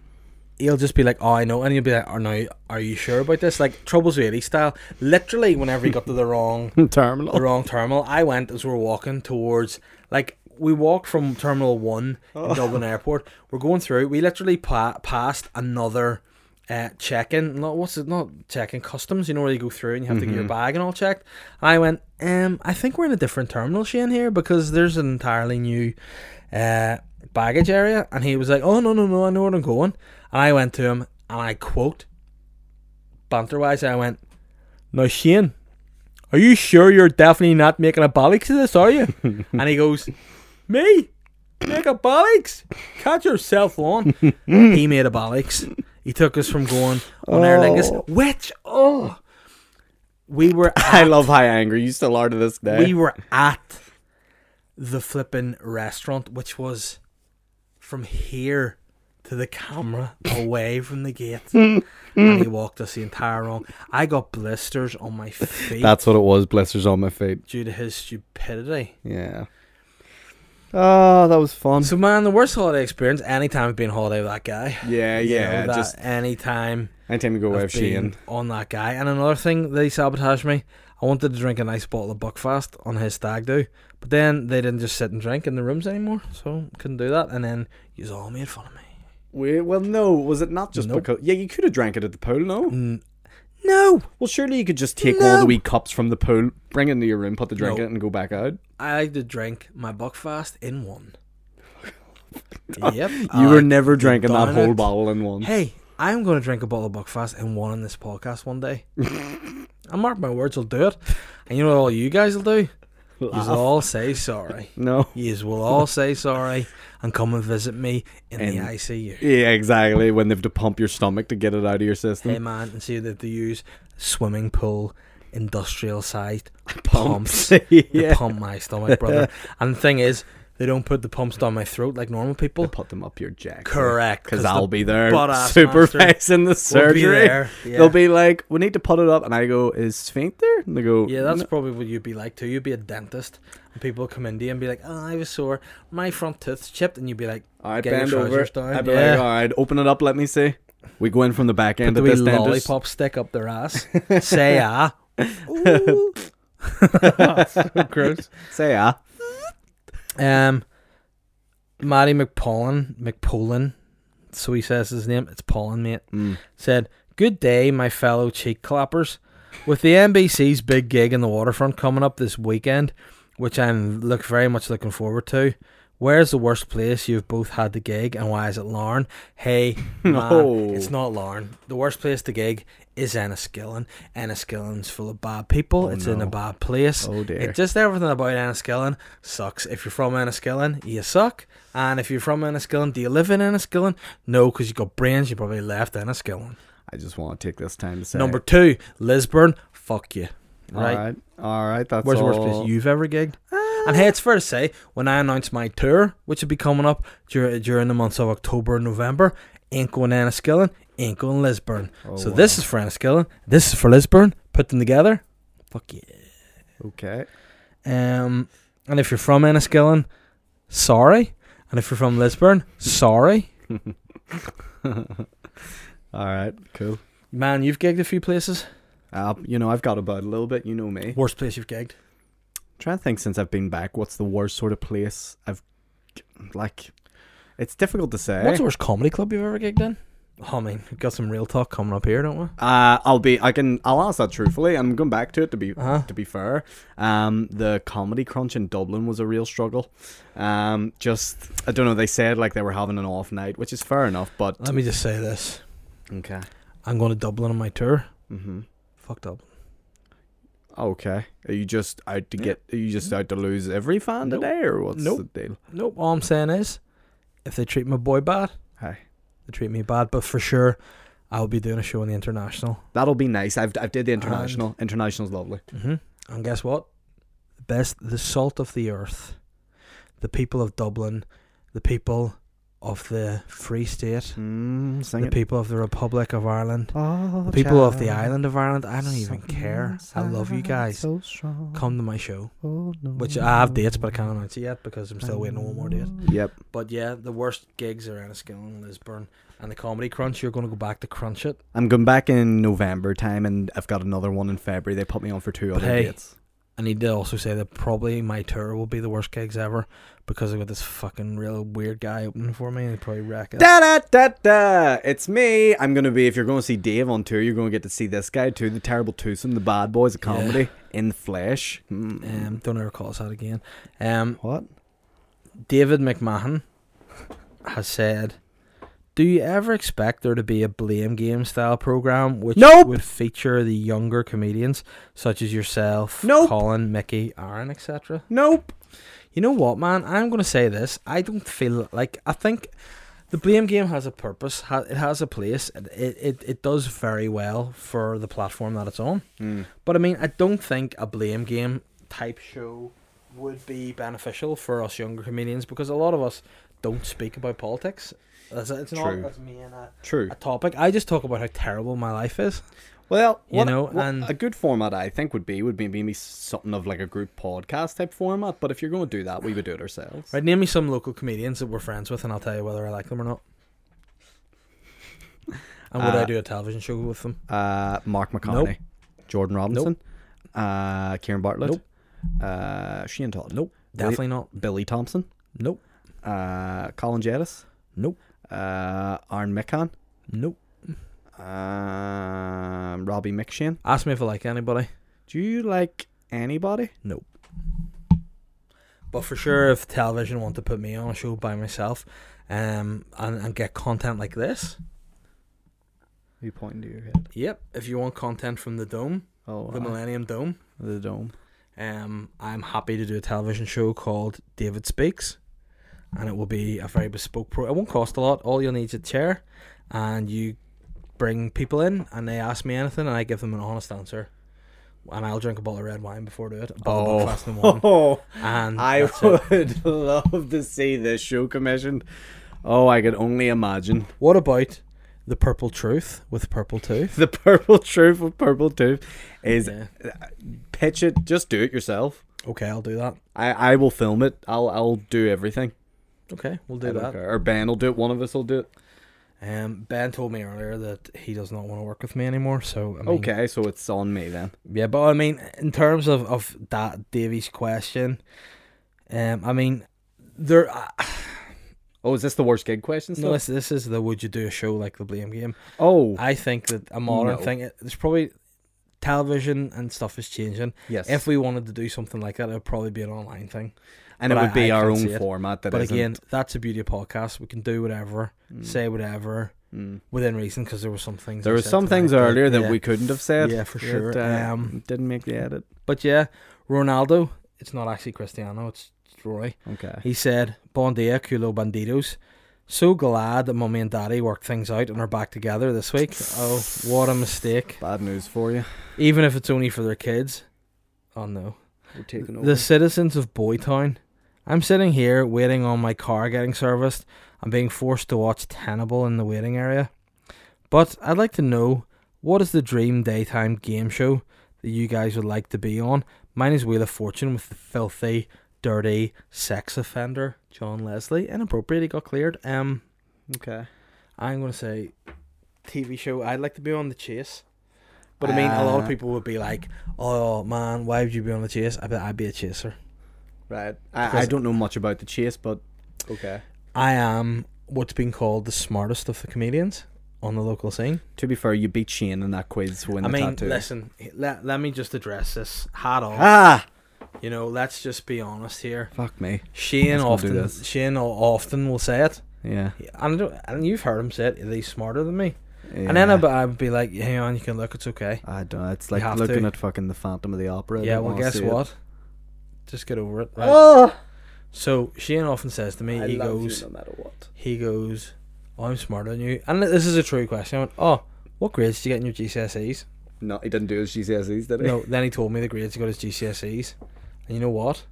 He'll just be like, "Oh, I know," and you'll be like, "Oh no, are you sure about this?" Like Troubles Really style. Literally, whenever he got to the wrong
terminal.
the wrong terminal. I went as we were walking towards like we walked from terminal one in Dublin Airport. We're going through. We literally pa- passed another uh, check-in. Not what's it? Not check-in customs. You know where you go through and you have to get your bag and all checked. And I went. Um, I think we're in a different terminal, Shane, here because there's an entirely new uh, baggage area. And he was like, "Oh no, no, no! I know where I'm going." And I went to him and I quote banter-wise, I went, "Now, Shane." Are you sure you're definitely not making a bollocks of this, are you? and he goes, Me? Make a bollocks? Catch yourself on. he made a bollocks. He took us from going on Aer Lingus, which, oh, we were
I love high anger. You still are to this day.
we were at the flipping restaurant, which was from here to the camera, away from the gate. and he walked us the entire wrong. I got blisters on my feet
That's what it was. Blisters on my feet.
due to his stupidity.
Yeah. Oh, that was fun.
So man, the worst holiday experience anytime I've been on holiday with that guy.
yeah, yeah.
you know, that
just
anytime
anytime you go away with
I've been
Shane.
on that guy. And another thing they sabotaged me. I wanted to drink a nice bottle of Buckfast on his stag do, but then they didn't just sit and drink in the rooms anymore, so couldn't do that. And then you all made fun of me.
We, well, no, was it not just
Nope.
because? Yeah, you could have drank it at the pool. No.
No,
Well, surely you could just take all the
No.
wee cups from the pool, bring it into your room, put the drink
No.
in it, and go back out.
I like to drink my Buckfast in one. yep, you
Oh, You were never drinking that
done
whole
it.
bottle in one.
Hey, I'm going to drink a bottle of Buckfast and one on this podcast one day. I mark my words, I'll do it. And you know what all you guys will do? You'll all say sorry.
No.
Yous will all say sorry and come and visit me in the ICU.
Yeah, exactly. When they have to pump your stomach to get it out of your system.
Hey man, and see that they use swimming pool, industrial sized pumps
yeah.
to pump my stomach, brother. And the thing is, They don't put the pumps down my throat like normal people.
They put them up your jacket.
Correct,
Because
'cause
I'll
the
be there
butt-ass
supervising the
We'll
surgery.
be there, yeah.
They'll be like, we need to put it up. And I go, is faint there? And they go,
Yeah, that's
"No."
probably what you'd be like too. You'd be a dentist, and people come in to you and be like, "Oh, I was sore, my front tooth's chipped," and you'd be like,
I
"Get
bend
your
over.
trousers down."
I'd be
yeah.
like, all right, open it up. Let me see. We go in from the back
Put
end
the
of
wee
this dentist.
lollipop stick up their ass. Say ah. Ooh. gross.
Say ah.
Um, Matty McPollen, McPollen, so he says his name. It's Pollen, mate.
Mm.
Said, "Good day, my fellow cheek clappers. With the NBC's big gig in the waterfront coming up this weekend, which I'm look very much looking forward to." Where's the worst place you've both had the gig, and why is it Larn? Hey, man,
No.
it's not Larn. The worst place to gig is Enniskillen. Enniskillen's full of bad people. it's in a
Oh, no.
bad place.
Oh, dear.
It just everything about Enniskillen sucks. If you're from Enniskillen, you suck. And if you're from Enniskillen, do you live in Enniskillen? No, because you got brains. You probably left Enniskillen.
I just want to take this time to say
Number two, Lisburn. Fuck you. Right.
All right. All right. That's
Where's the
all. Uh,
worst place you've ever gigged? And hey, it's fair to say, when I announce my tour, which will be coming up dur- during the months of October and November, ain't going to Enniskillen, ain't going to Lisburn.
Oh,
so this is for Enniskillen, this is for Lisburn. Put them together. Fuck you.
Okay.
Um, and if you're from Enniskillen, sorry. And if you're from Lisburn, sorry.
All right. Cool.
Man, you've gigged a few places.
Uh, you know, I've got about a little bit. You know me.
Worst place you've gigged?
trying to think since I've been back, what's the worst sort of place I've like? It's difficult to say.
What's the worst comedy club you've ever gigged in? Oh, I mean, we've got some real talk coming up here, don't we?
uh, I'll be. I can. I'll answer that truthfully. I'm going back to it to be
Uh-huh.
to be fair. Um, the comedy crunch in Dublin was a real struggle. Um, just I don't know. They said like they were having an off night, which is fair enough. But
Let me just say this.
okay.
I'm going to Dublin on my tour.
Mm-hmm.
Fuck Dublin.
Okay. Are you just out to get? Are you just out to lose every fan
Nope.
today, or what's
Nope.
the deal?
Nope. All I'm saying is, if they treat my boy bad,
Hi.
they treat me bad. But for sure, I'll be doing a show in the international.
That'll be nice. I've I've
Uh,
did the international. International's lovely.
hmm
Mm-hmm.
And guess what? The best, the salt of the earth, the people of Dublin, the people of the Free State,
Mm, sing
the people of the Republic of Ireland,
Oh,
the people of the island of Ireland. I don't even care. I love you guys. Come to my show, which I have dates, but I can't announce it yet because I'm still waiting on one more date.
Yep.
But yeah, the worst gigs are Enniskillen and Lisburn. And the Comedy Crunch, you're going to go back to Crunch It.
I'm going back in November time, and I've got another one in February. They put me on for two
But
other
hey,
dates.
I need to also say that probably my tour will be the worst gigs ever because I've got this fucking real weird guy opening for me and he'll probably wreck it.
Da da da da! It's me. I'm gonna be. If you're gonna see Dave on tour, you're gonna get to see this guy too. The terrible twosome, the bad boys of
Yeah.
comedy in the flesh. Mm.
Um, don't ever call us out again. Um,
what?
David McMahon has said, "Do you ever expect there to be a blame game style program which
Nope.
would feature the younger comedians such as yourself,
Nope.
Colin, Mickey, Aaron, etc.?"
Nope.
You know what, man? I'm going to say this. I don't feel like I think the blame game has a purpose. Ha- it has a place. It, it it does very well for the platform that it's on.
Mm.
But I mean, I don't think a blame game type show would be beneficial for us younger comedians because a lot of us don't speak about politics. That's, it's not
True.
that's me and a,
True.
a topic. I just talk about how terrible my life is.
Well,
You
what-
know,
what
and-
a good format I think would be would be maybe something of like a group podcast type format. But if you're going to do that, we would do it ourselves.
Right? Name me some local comedians that we're friends with, and I'll tell you whether I like them or not. And would I
Uh,
do a television show with them?
Uh, Mark McConaughey, Jordan Robinson, uh, Kieran Bartlett,
Nope.
uh, Shane Todd,
Nope.
Will-
Definitely not.
Billy Thompson,
Nope.
uh, Colin Jettis,
Nope.
uh, Aaron McCann,
Nope.
um, Robbie McShane.
Ask me if I like anybody.
Do you like anybody?
Nope. But for sure, if television want to put me on a show by myself, um, and, and get content like this,
Are you pointing to your head?
yep. If you want content from the dome,
Oh,
the
uh,
Millennium Dome,
the dome.
um, I'm happy to do a television show called David Speaks, and it will be a very bespoke pro. It won't cost a lot. All you'll need is a chair, and you bring people in, and they ask me anything, and I give them an honest answer. and I'll drink a bottle of red wine before I do it. A bottle of
Oh,
Belfast and one. And
I
Mm, that's it.
would love to see this show commissioned. Oh, I could only imagine
What about the Purple Truth with Purple Tooth?
the purple truth with purple tooth is
Yeah.
pitch it. Just do it yourself.
Okay, I'll do that.
I, I will film it. I'll I'll do everything.
Okay, we'll
I
do
don't
that.
care. Or Ben will do it. One of us will do it.
Um, Ben told me earlier that he does not want to work with me anymore. So I mean,
Okay, so it's on me then.
yeah, but I mean, in terms of of that Davies question, um, I mean, there. Uh,
Oh, is this the worst gig question?
no,
Still?
this this is the would you do a show like the Blame Game?
oh,
I think that a modern
No.
thing. it- There's probably television and stuff is changing.
yes.
If we wanted to do something like that, it would probably be an online thing.
and it
but
would
I-
be
I
our
can't
own
see it.
format. That
But
isn't-
again, that's the beauty of podcasts. We can do whatever, say whatever
Mm.
within reason, because there were some things.
there
I
were
said
some
tonight
things earlier that
yeah.
we couldn't have said.
Yeah, for
that,
sure.
uh,
Um,
didn't make the edit.
But yeah, Ronaldo. It's not actually Cristiano. It's it's Roy.
Okay.
He said, "Bon dia, culo bandidos." So glad that mummy and daddy worked things out and are back together this week. Oh, what a mistake!
Bad news for you.
Even if it's only for their kids. Oh no.
We're taking
The citizens of Boytown. I'm sitting here waiting on my car getting serviced and being forced to watch Tenable in the waiting area. But I'd like to know what is the dream daytime game show that you guys would like to be on? Mine is Wheel of Fortune with the filthy, dirty sex offender John Leslie. Inappropriate, he got cleared. Um,
okay.
I'm gonna say TV show I'd like to be on the chase. But I mean, a lot of
Uh,
people would be like, "Oh man, why would you be on the chase?" I'd be, I'd be a chaser.
Right. I, I
Because-
don't know much about the chase, but okay.
I am what's been called the smartest of the comedians on the local scene.
To be fair, you beat Shane in that quiz when
I
the
mean,
tattoo.
listen, let, let me just address this hat on.
Ah,
You know, let's just be honest here.
fuck me.
Shane
Let's not do
often
this.
Shane o- often will say it,
Yeah.
and, I don't- and you've heard him say it. He's smarter than me,
yeah.
and then I'd, be- I'd be like, "Hang on, you can look. It's okay."
I don't. It's like
have
looking
to.
at fucking the Phantom of the Opera. I
Yeah,
don't
well,
wanna
guess
see it.
what? Just get over it. Right?
Oh,
So Shane often says to me, he goes,
no matter what.
he goes, oh, I'm smarter than you. And this is a true question. I went, oh, what grades did you get in your GCSEs?
No, he didn't do his GCSEs, did he?
no, then he told me the grades he got his GCSEs. And you know what?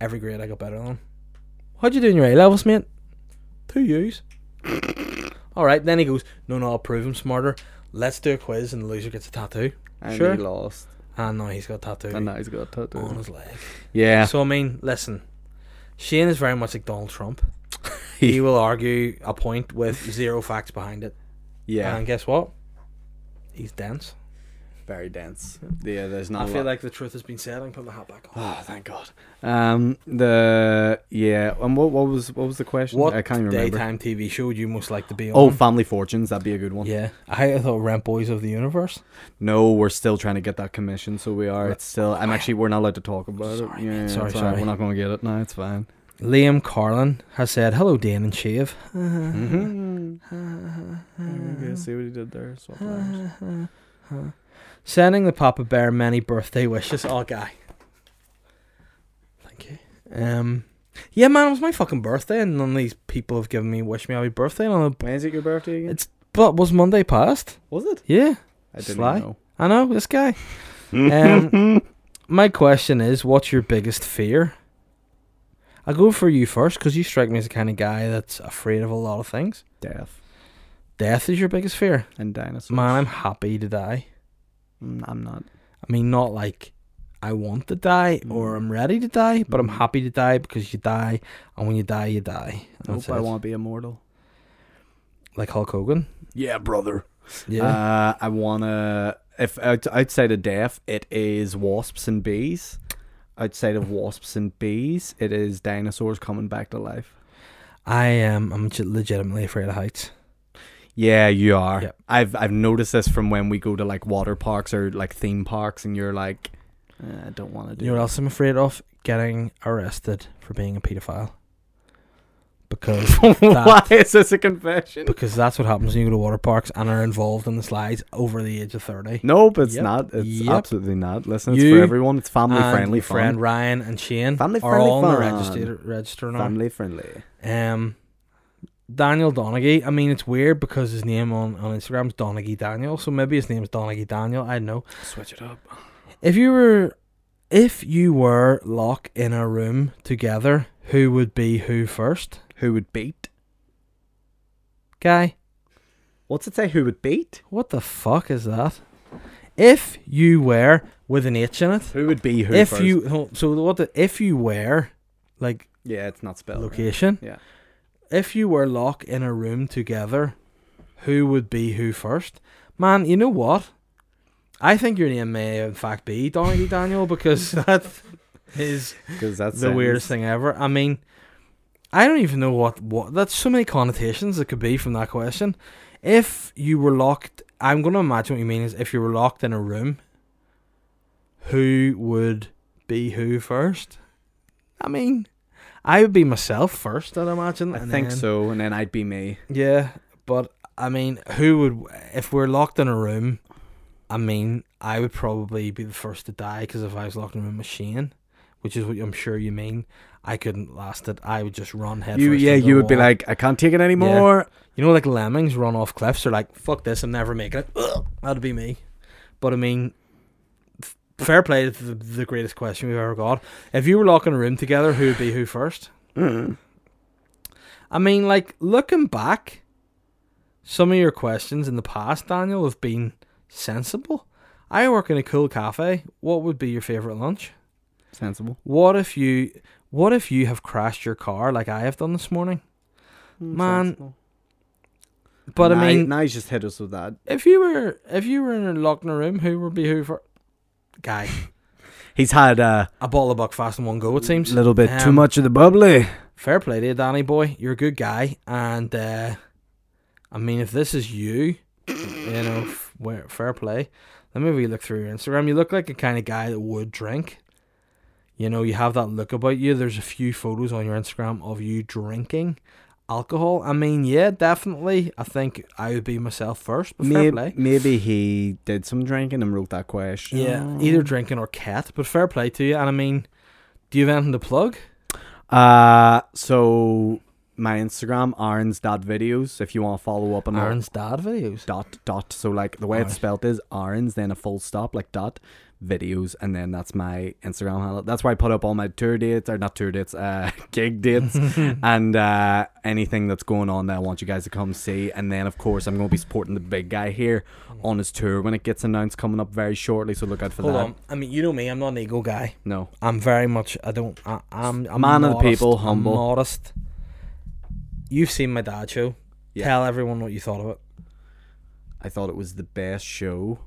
Every grade I got better than. How'd you do in your A levels, mate? Two U's. All right. Then he goes, no, no, I'll prove him smarter. Let's do a quiz, and the loser gets a tattoo.
And
Sure.
he lost.
And now he's got a tattoo
And now he's got a
on
tattoo.
his leg.
Yeah.
So I mean, listen, Shane is very much like Donald Trump. He will argue a point with zero facts behind it,
Yeah.
and guess what? He's dense.
Very dense. Yeah, there's
I
not. a
feel
lot.
like the truth has been said. I can put my hat back on.
Oh, thank God. Um, the yeah, and what what was what was the question?
What
I can't even remember.
daytime TV show would you most like to be
Oh,
on?
Family Fortunes, that'd be a good one.
yeah, I thought Rent Boys of the Universe.
No, we're still trying to get that commission, so we are. It's still. I'm
I-
actually. We're not allowed to talk about
Sorry,
it. Yeah,
man.
yeah,
Sorry,
it's all right.
sorry.
We're not going to get it now. It's fine.
Liam Carlin has said, "Hello, Dan and Shave."
Mm-hmm.
Mm.
see what he did there. Swap lines.
Sending the Papa Bear many birthday wishes. Oh, guy. Thank you. Um, yeah, man, it was my fucking birthday, and none of these people have given me wish me happy birthday. And I'm like,
When is it your birthday again?
it's but was Monday past?
Was it?
Yeah,
I didn't
Sly?
know.
I know this guy. um, my question is, what's your biggest fear? I'll go for you first because you strike me as the kind of guy that's afraid of a lot of things.
Death
Death is your biggest fear.
and dinosaurs.
Man, I'm happy to die.
Mm, I'm not.
I mean, not like I want to die or I'm ready to die, but I'm
Mm.
happy to die because you die, and when you die, you die. And
Nope,
that's
I
it.
want to be immortal.
like Hulk Hogan.
Yeah, brother.
Yeah,
Uh, I wanna. If out, outside of death, it is wasps and bees. Outside of wasps and bees, it is dinosaurs coming back to life.
I am. I'm ge- legitimately afraid of heights.
Yeah, you are.
Yep.
I've I've noticed this from when we go to like water parks or like theme parks, and you're like, "Uh, I don't want to do.
You know what
that."
else I'm afraid of? Getting arrested for being a pedophile. Because
Why is this a confession?
because that's what happens when you go to water parks and are involved in the slides over the age of thirty.
Nope, it's
Yep.
not. It's
Yep.
absolutely not. Listen, it's
You
for everyone. It's family
and
friendly.
your friend
Fun.
Ryan and Shane
Family
are all on the
friendly
register register now.
Family friendly.
Um, Daniel Donaghy. I mean, it's weird because his name on, on Instagram is Donaghy Daniel, so maybe his name's Donaghy Daniel. I don't know.
Switch it up.
If you were, if you were locked in a room together, who would be who first?
Who would beat?
Guy,
What's it say? Who would beat?
what the fuck is that? If you were with an H in it,
Who would be who
if
first?
you no, so what? The, if you were like
yeah, it's not spelled. right.
location,
Yeah.
if you were locked in a room together, who would be who first? Man, you know what? I think your name may in fact be Donaghy Daniel because that is
Because that's
the weirdest thing ever. I mean, I don't even know what what. That's so many connotations that could be from that question. If you were locked, I'm going to imagine what you mean is if you were locked in a room, who would be who first? I mean, I would be myself first. I'd imagine.
I
and
think
then-
so, and then I'd be me.
Yeah, but I mean, who would if we're locked in a room? I mean, I would probably be the first to die because if I was locked in a room with Shane, which is what I'm sure you mean, I couldn't last it. I would just run head.
You,
first
yeah,
into
you
the
would be
wall.
like, I can't take it anymore.
you know, like lemmings run off cliffs. They're like, fuck this, I'm never making it. Ugh, That'd be me. But I mean, f- fair play to the, the greatest question we've ever got. If you were locked in a room together, who would be who first?
Mm.
I mean, like looking back, some of your questions in the past, Daniel, have been sensible. I work in a cool cafe. What would be your favorite lunch?
Sensible.
What if you what if you have crashed your car like I have done this morning? Man,
Sensible.
But
now,
I mean,
now he's just hit us with that.
if you were if you were in a locked in a room, who would be who for? Guy,
He's had a
a bottle of Buckfast in one go. It seems
little bit too
Um,
much of the bubbly.
fair play to you, Danny boy. You're a good guy, and uh, I mean, if this is you, you know, f- where- fair play. Let me re-look through your Instagram. You look like a kind of guy that would drink. You know, you have that look about you. There's a few photos on your Instagram of you drinking alcohol. I mean, yeah, definitely. I think I would be myself first, but fair play.
Maybe, maybe he did some drinking and wrote that question.
Yeah, either drinking or cat, but fair play to you. And I mean, do you have anything to plug?
Uh, so my Instagram, Aaron's dot videos. If you want to follow up on all-
Aaron's dad videos.
dot dot. So like the way it's
Alright.
spelled is Aaron's, then a full stop like dot videos, and then that's my Instagram handle. That's why I put up all my tour dates or not tour dates, uh, gig dates, and uh, anything that's going on that I want you guys to come see. And then of course I'm going to be supporting the big guy here on his tour when it gets announced coming up very shortly. So look out for
Hold
that.
on. I mean, you know me. I'm not an ego guy.
No,
I'm very much. I don't. I, I'm I'm
Man of the
modest,
people,
I'm
humble.
modest. You've seen my dad show.
Yeah.
Tell everyone what you thought of it.
I thought it was the best show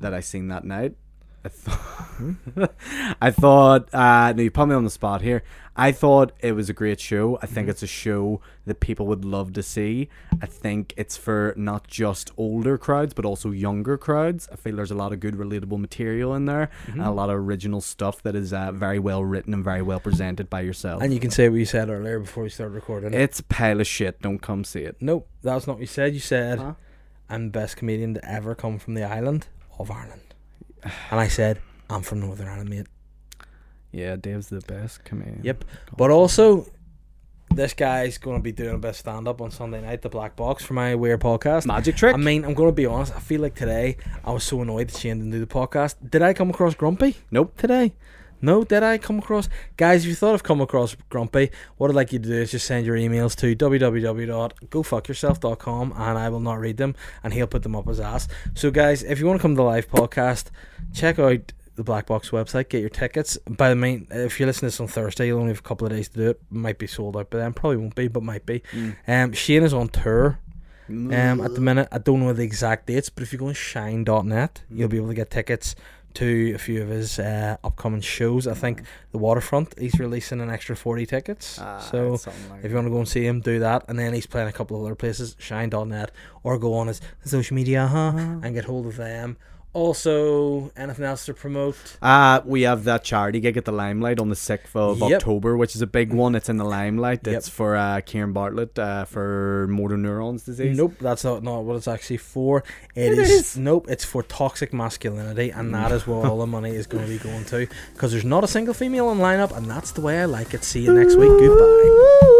that I seen that night. I thought, I thought, uh, no, you put me on the spot here. I thought it was a great show. I think it's a show that people would love to see. I think it's for not just older crowds, but also younger crowds. I feel there's a lot of good, relatable material in there and
Mm-hmm.
a lot of original stuff that is uh, very well written and very well presented by yourself.
And you can say what you said earlier before we started recording.
it's a pile of shit. Don't come see it.
nope, that's not what you said. You said
Huh?
I'm the best comedian to ever come from the island of Ireland, and I said I'm from Northern Ireland, mate.
Yeah, Dave's the best comedian.
Yep. But also, this guy's going to be doing a bit of stand up on Sunday night, the Black Box, for my Weird podcast.
Magic trick.
I mean, I'm going to be honest. I feel like today I was so annoyed that Shane didn't do the podcast. Did I come across grumpy
nope.
today? No, did I come across? Guys, if you thought I've come across grumpy, what I'd like you to do is just send your emails to www.gofuckyourself.com and I will not read them and he'll put them up his ass. So, guys, if you want to come to the live podcast, check out the Black Box website, get your tickets. By the main, if you listen to this on Thursday, you'll only have a couple of days to do it. Might be sold out by then, probably won't be, but might be.
Mm.
Um, Shane is on tour. Um, at the minute, I don't know the exact dates, but if you go on shine.net, you'll be able to get tickets to a few of his uh, upcoming shows. I think the Waterfront, he's releasing an extra 40 tickets.
Ah,
so if you want to go and see him, do that. And then he's playing a couple of other places, shine.net, or go on his social media huh, and get hold of them. Also, anything else to promote?
Uh, we have that charity gig at the Limelight on the 6th of
Yep.
October, which is a big one. It's in the Limelight.
Yep.
It's for uh, Kieran Bartlett uh, for motor neurons disease.
Nope, that's not, not what it's actually for.
It
it is,
is.
Nope, it's for toxic masculinity, and that is where all the money is going to be going to. Because there's not a single female in lineup, and that's the way I like it. See you next week. Goodbye.
Woo!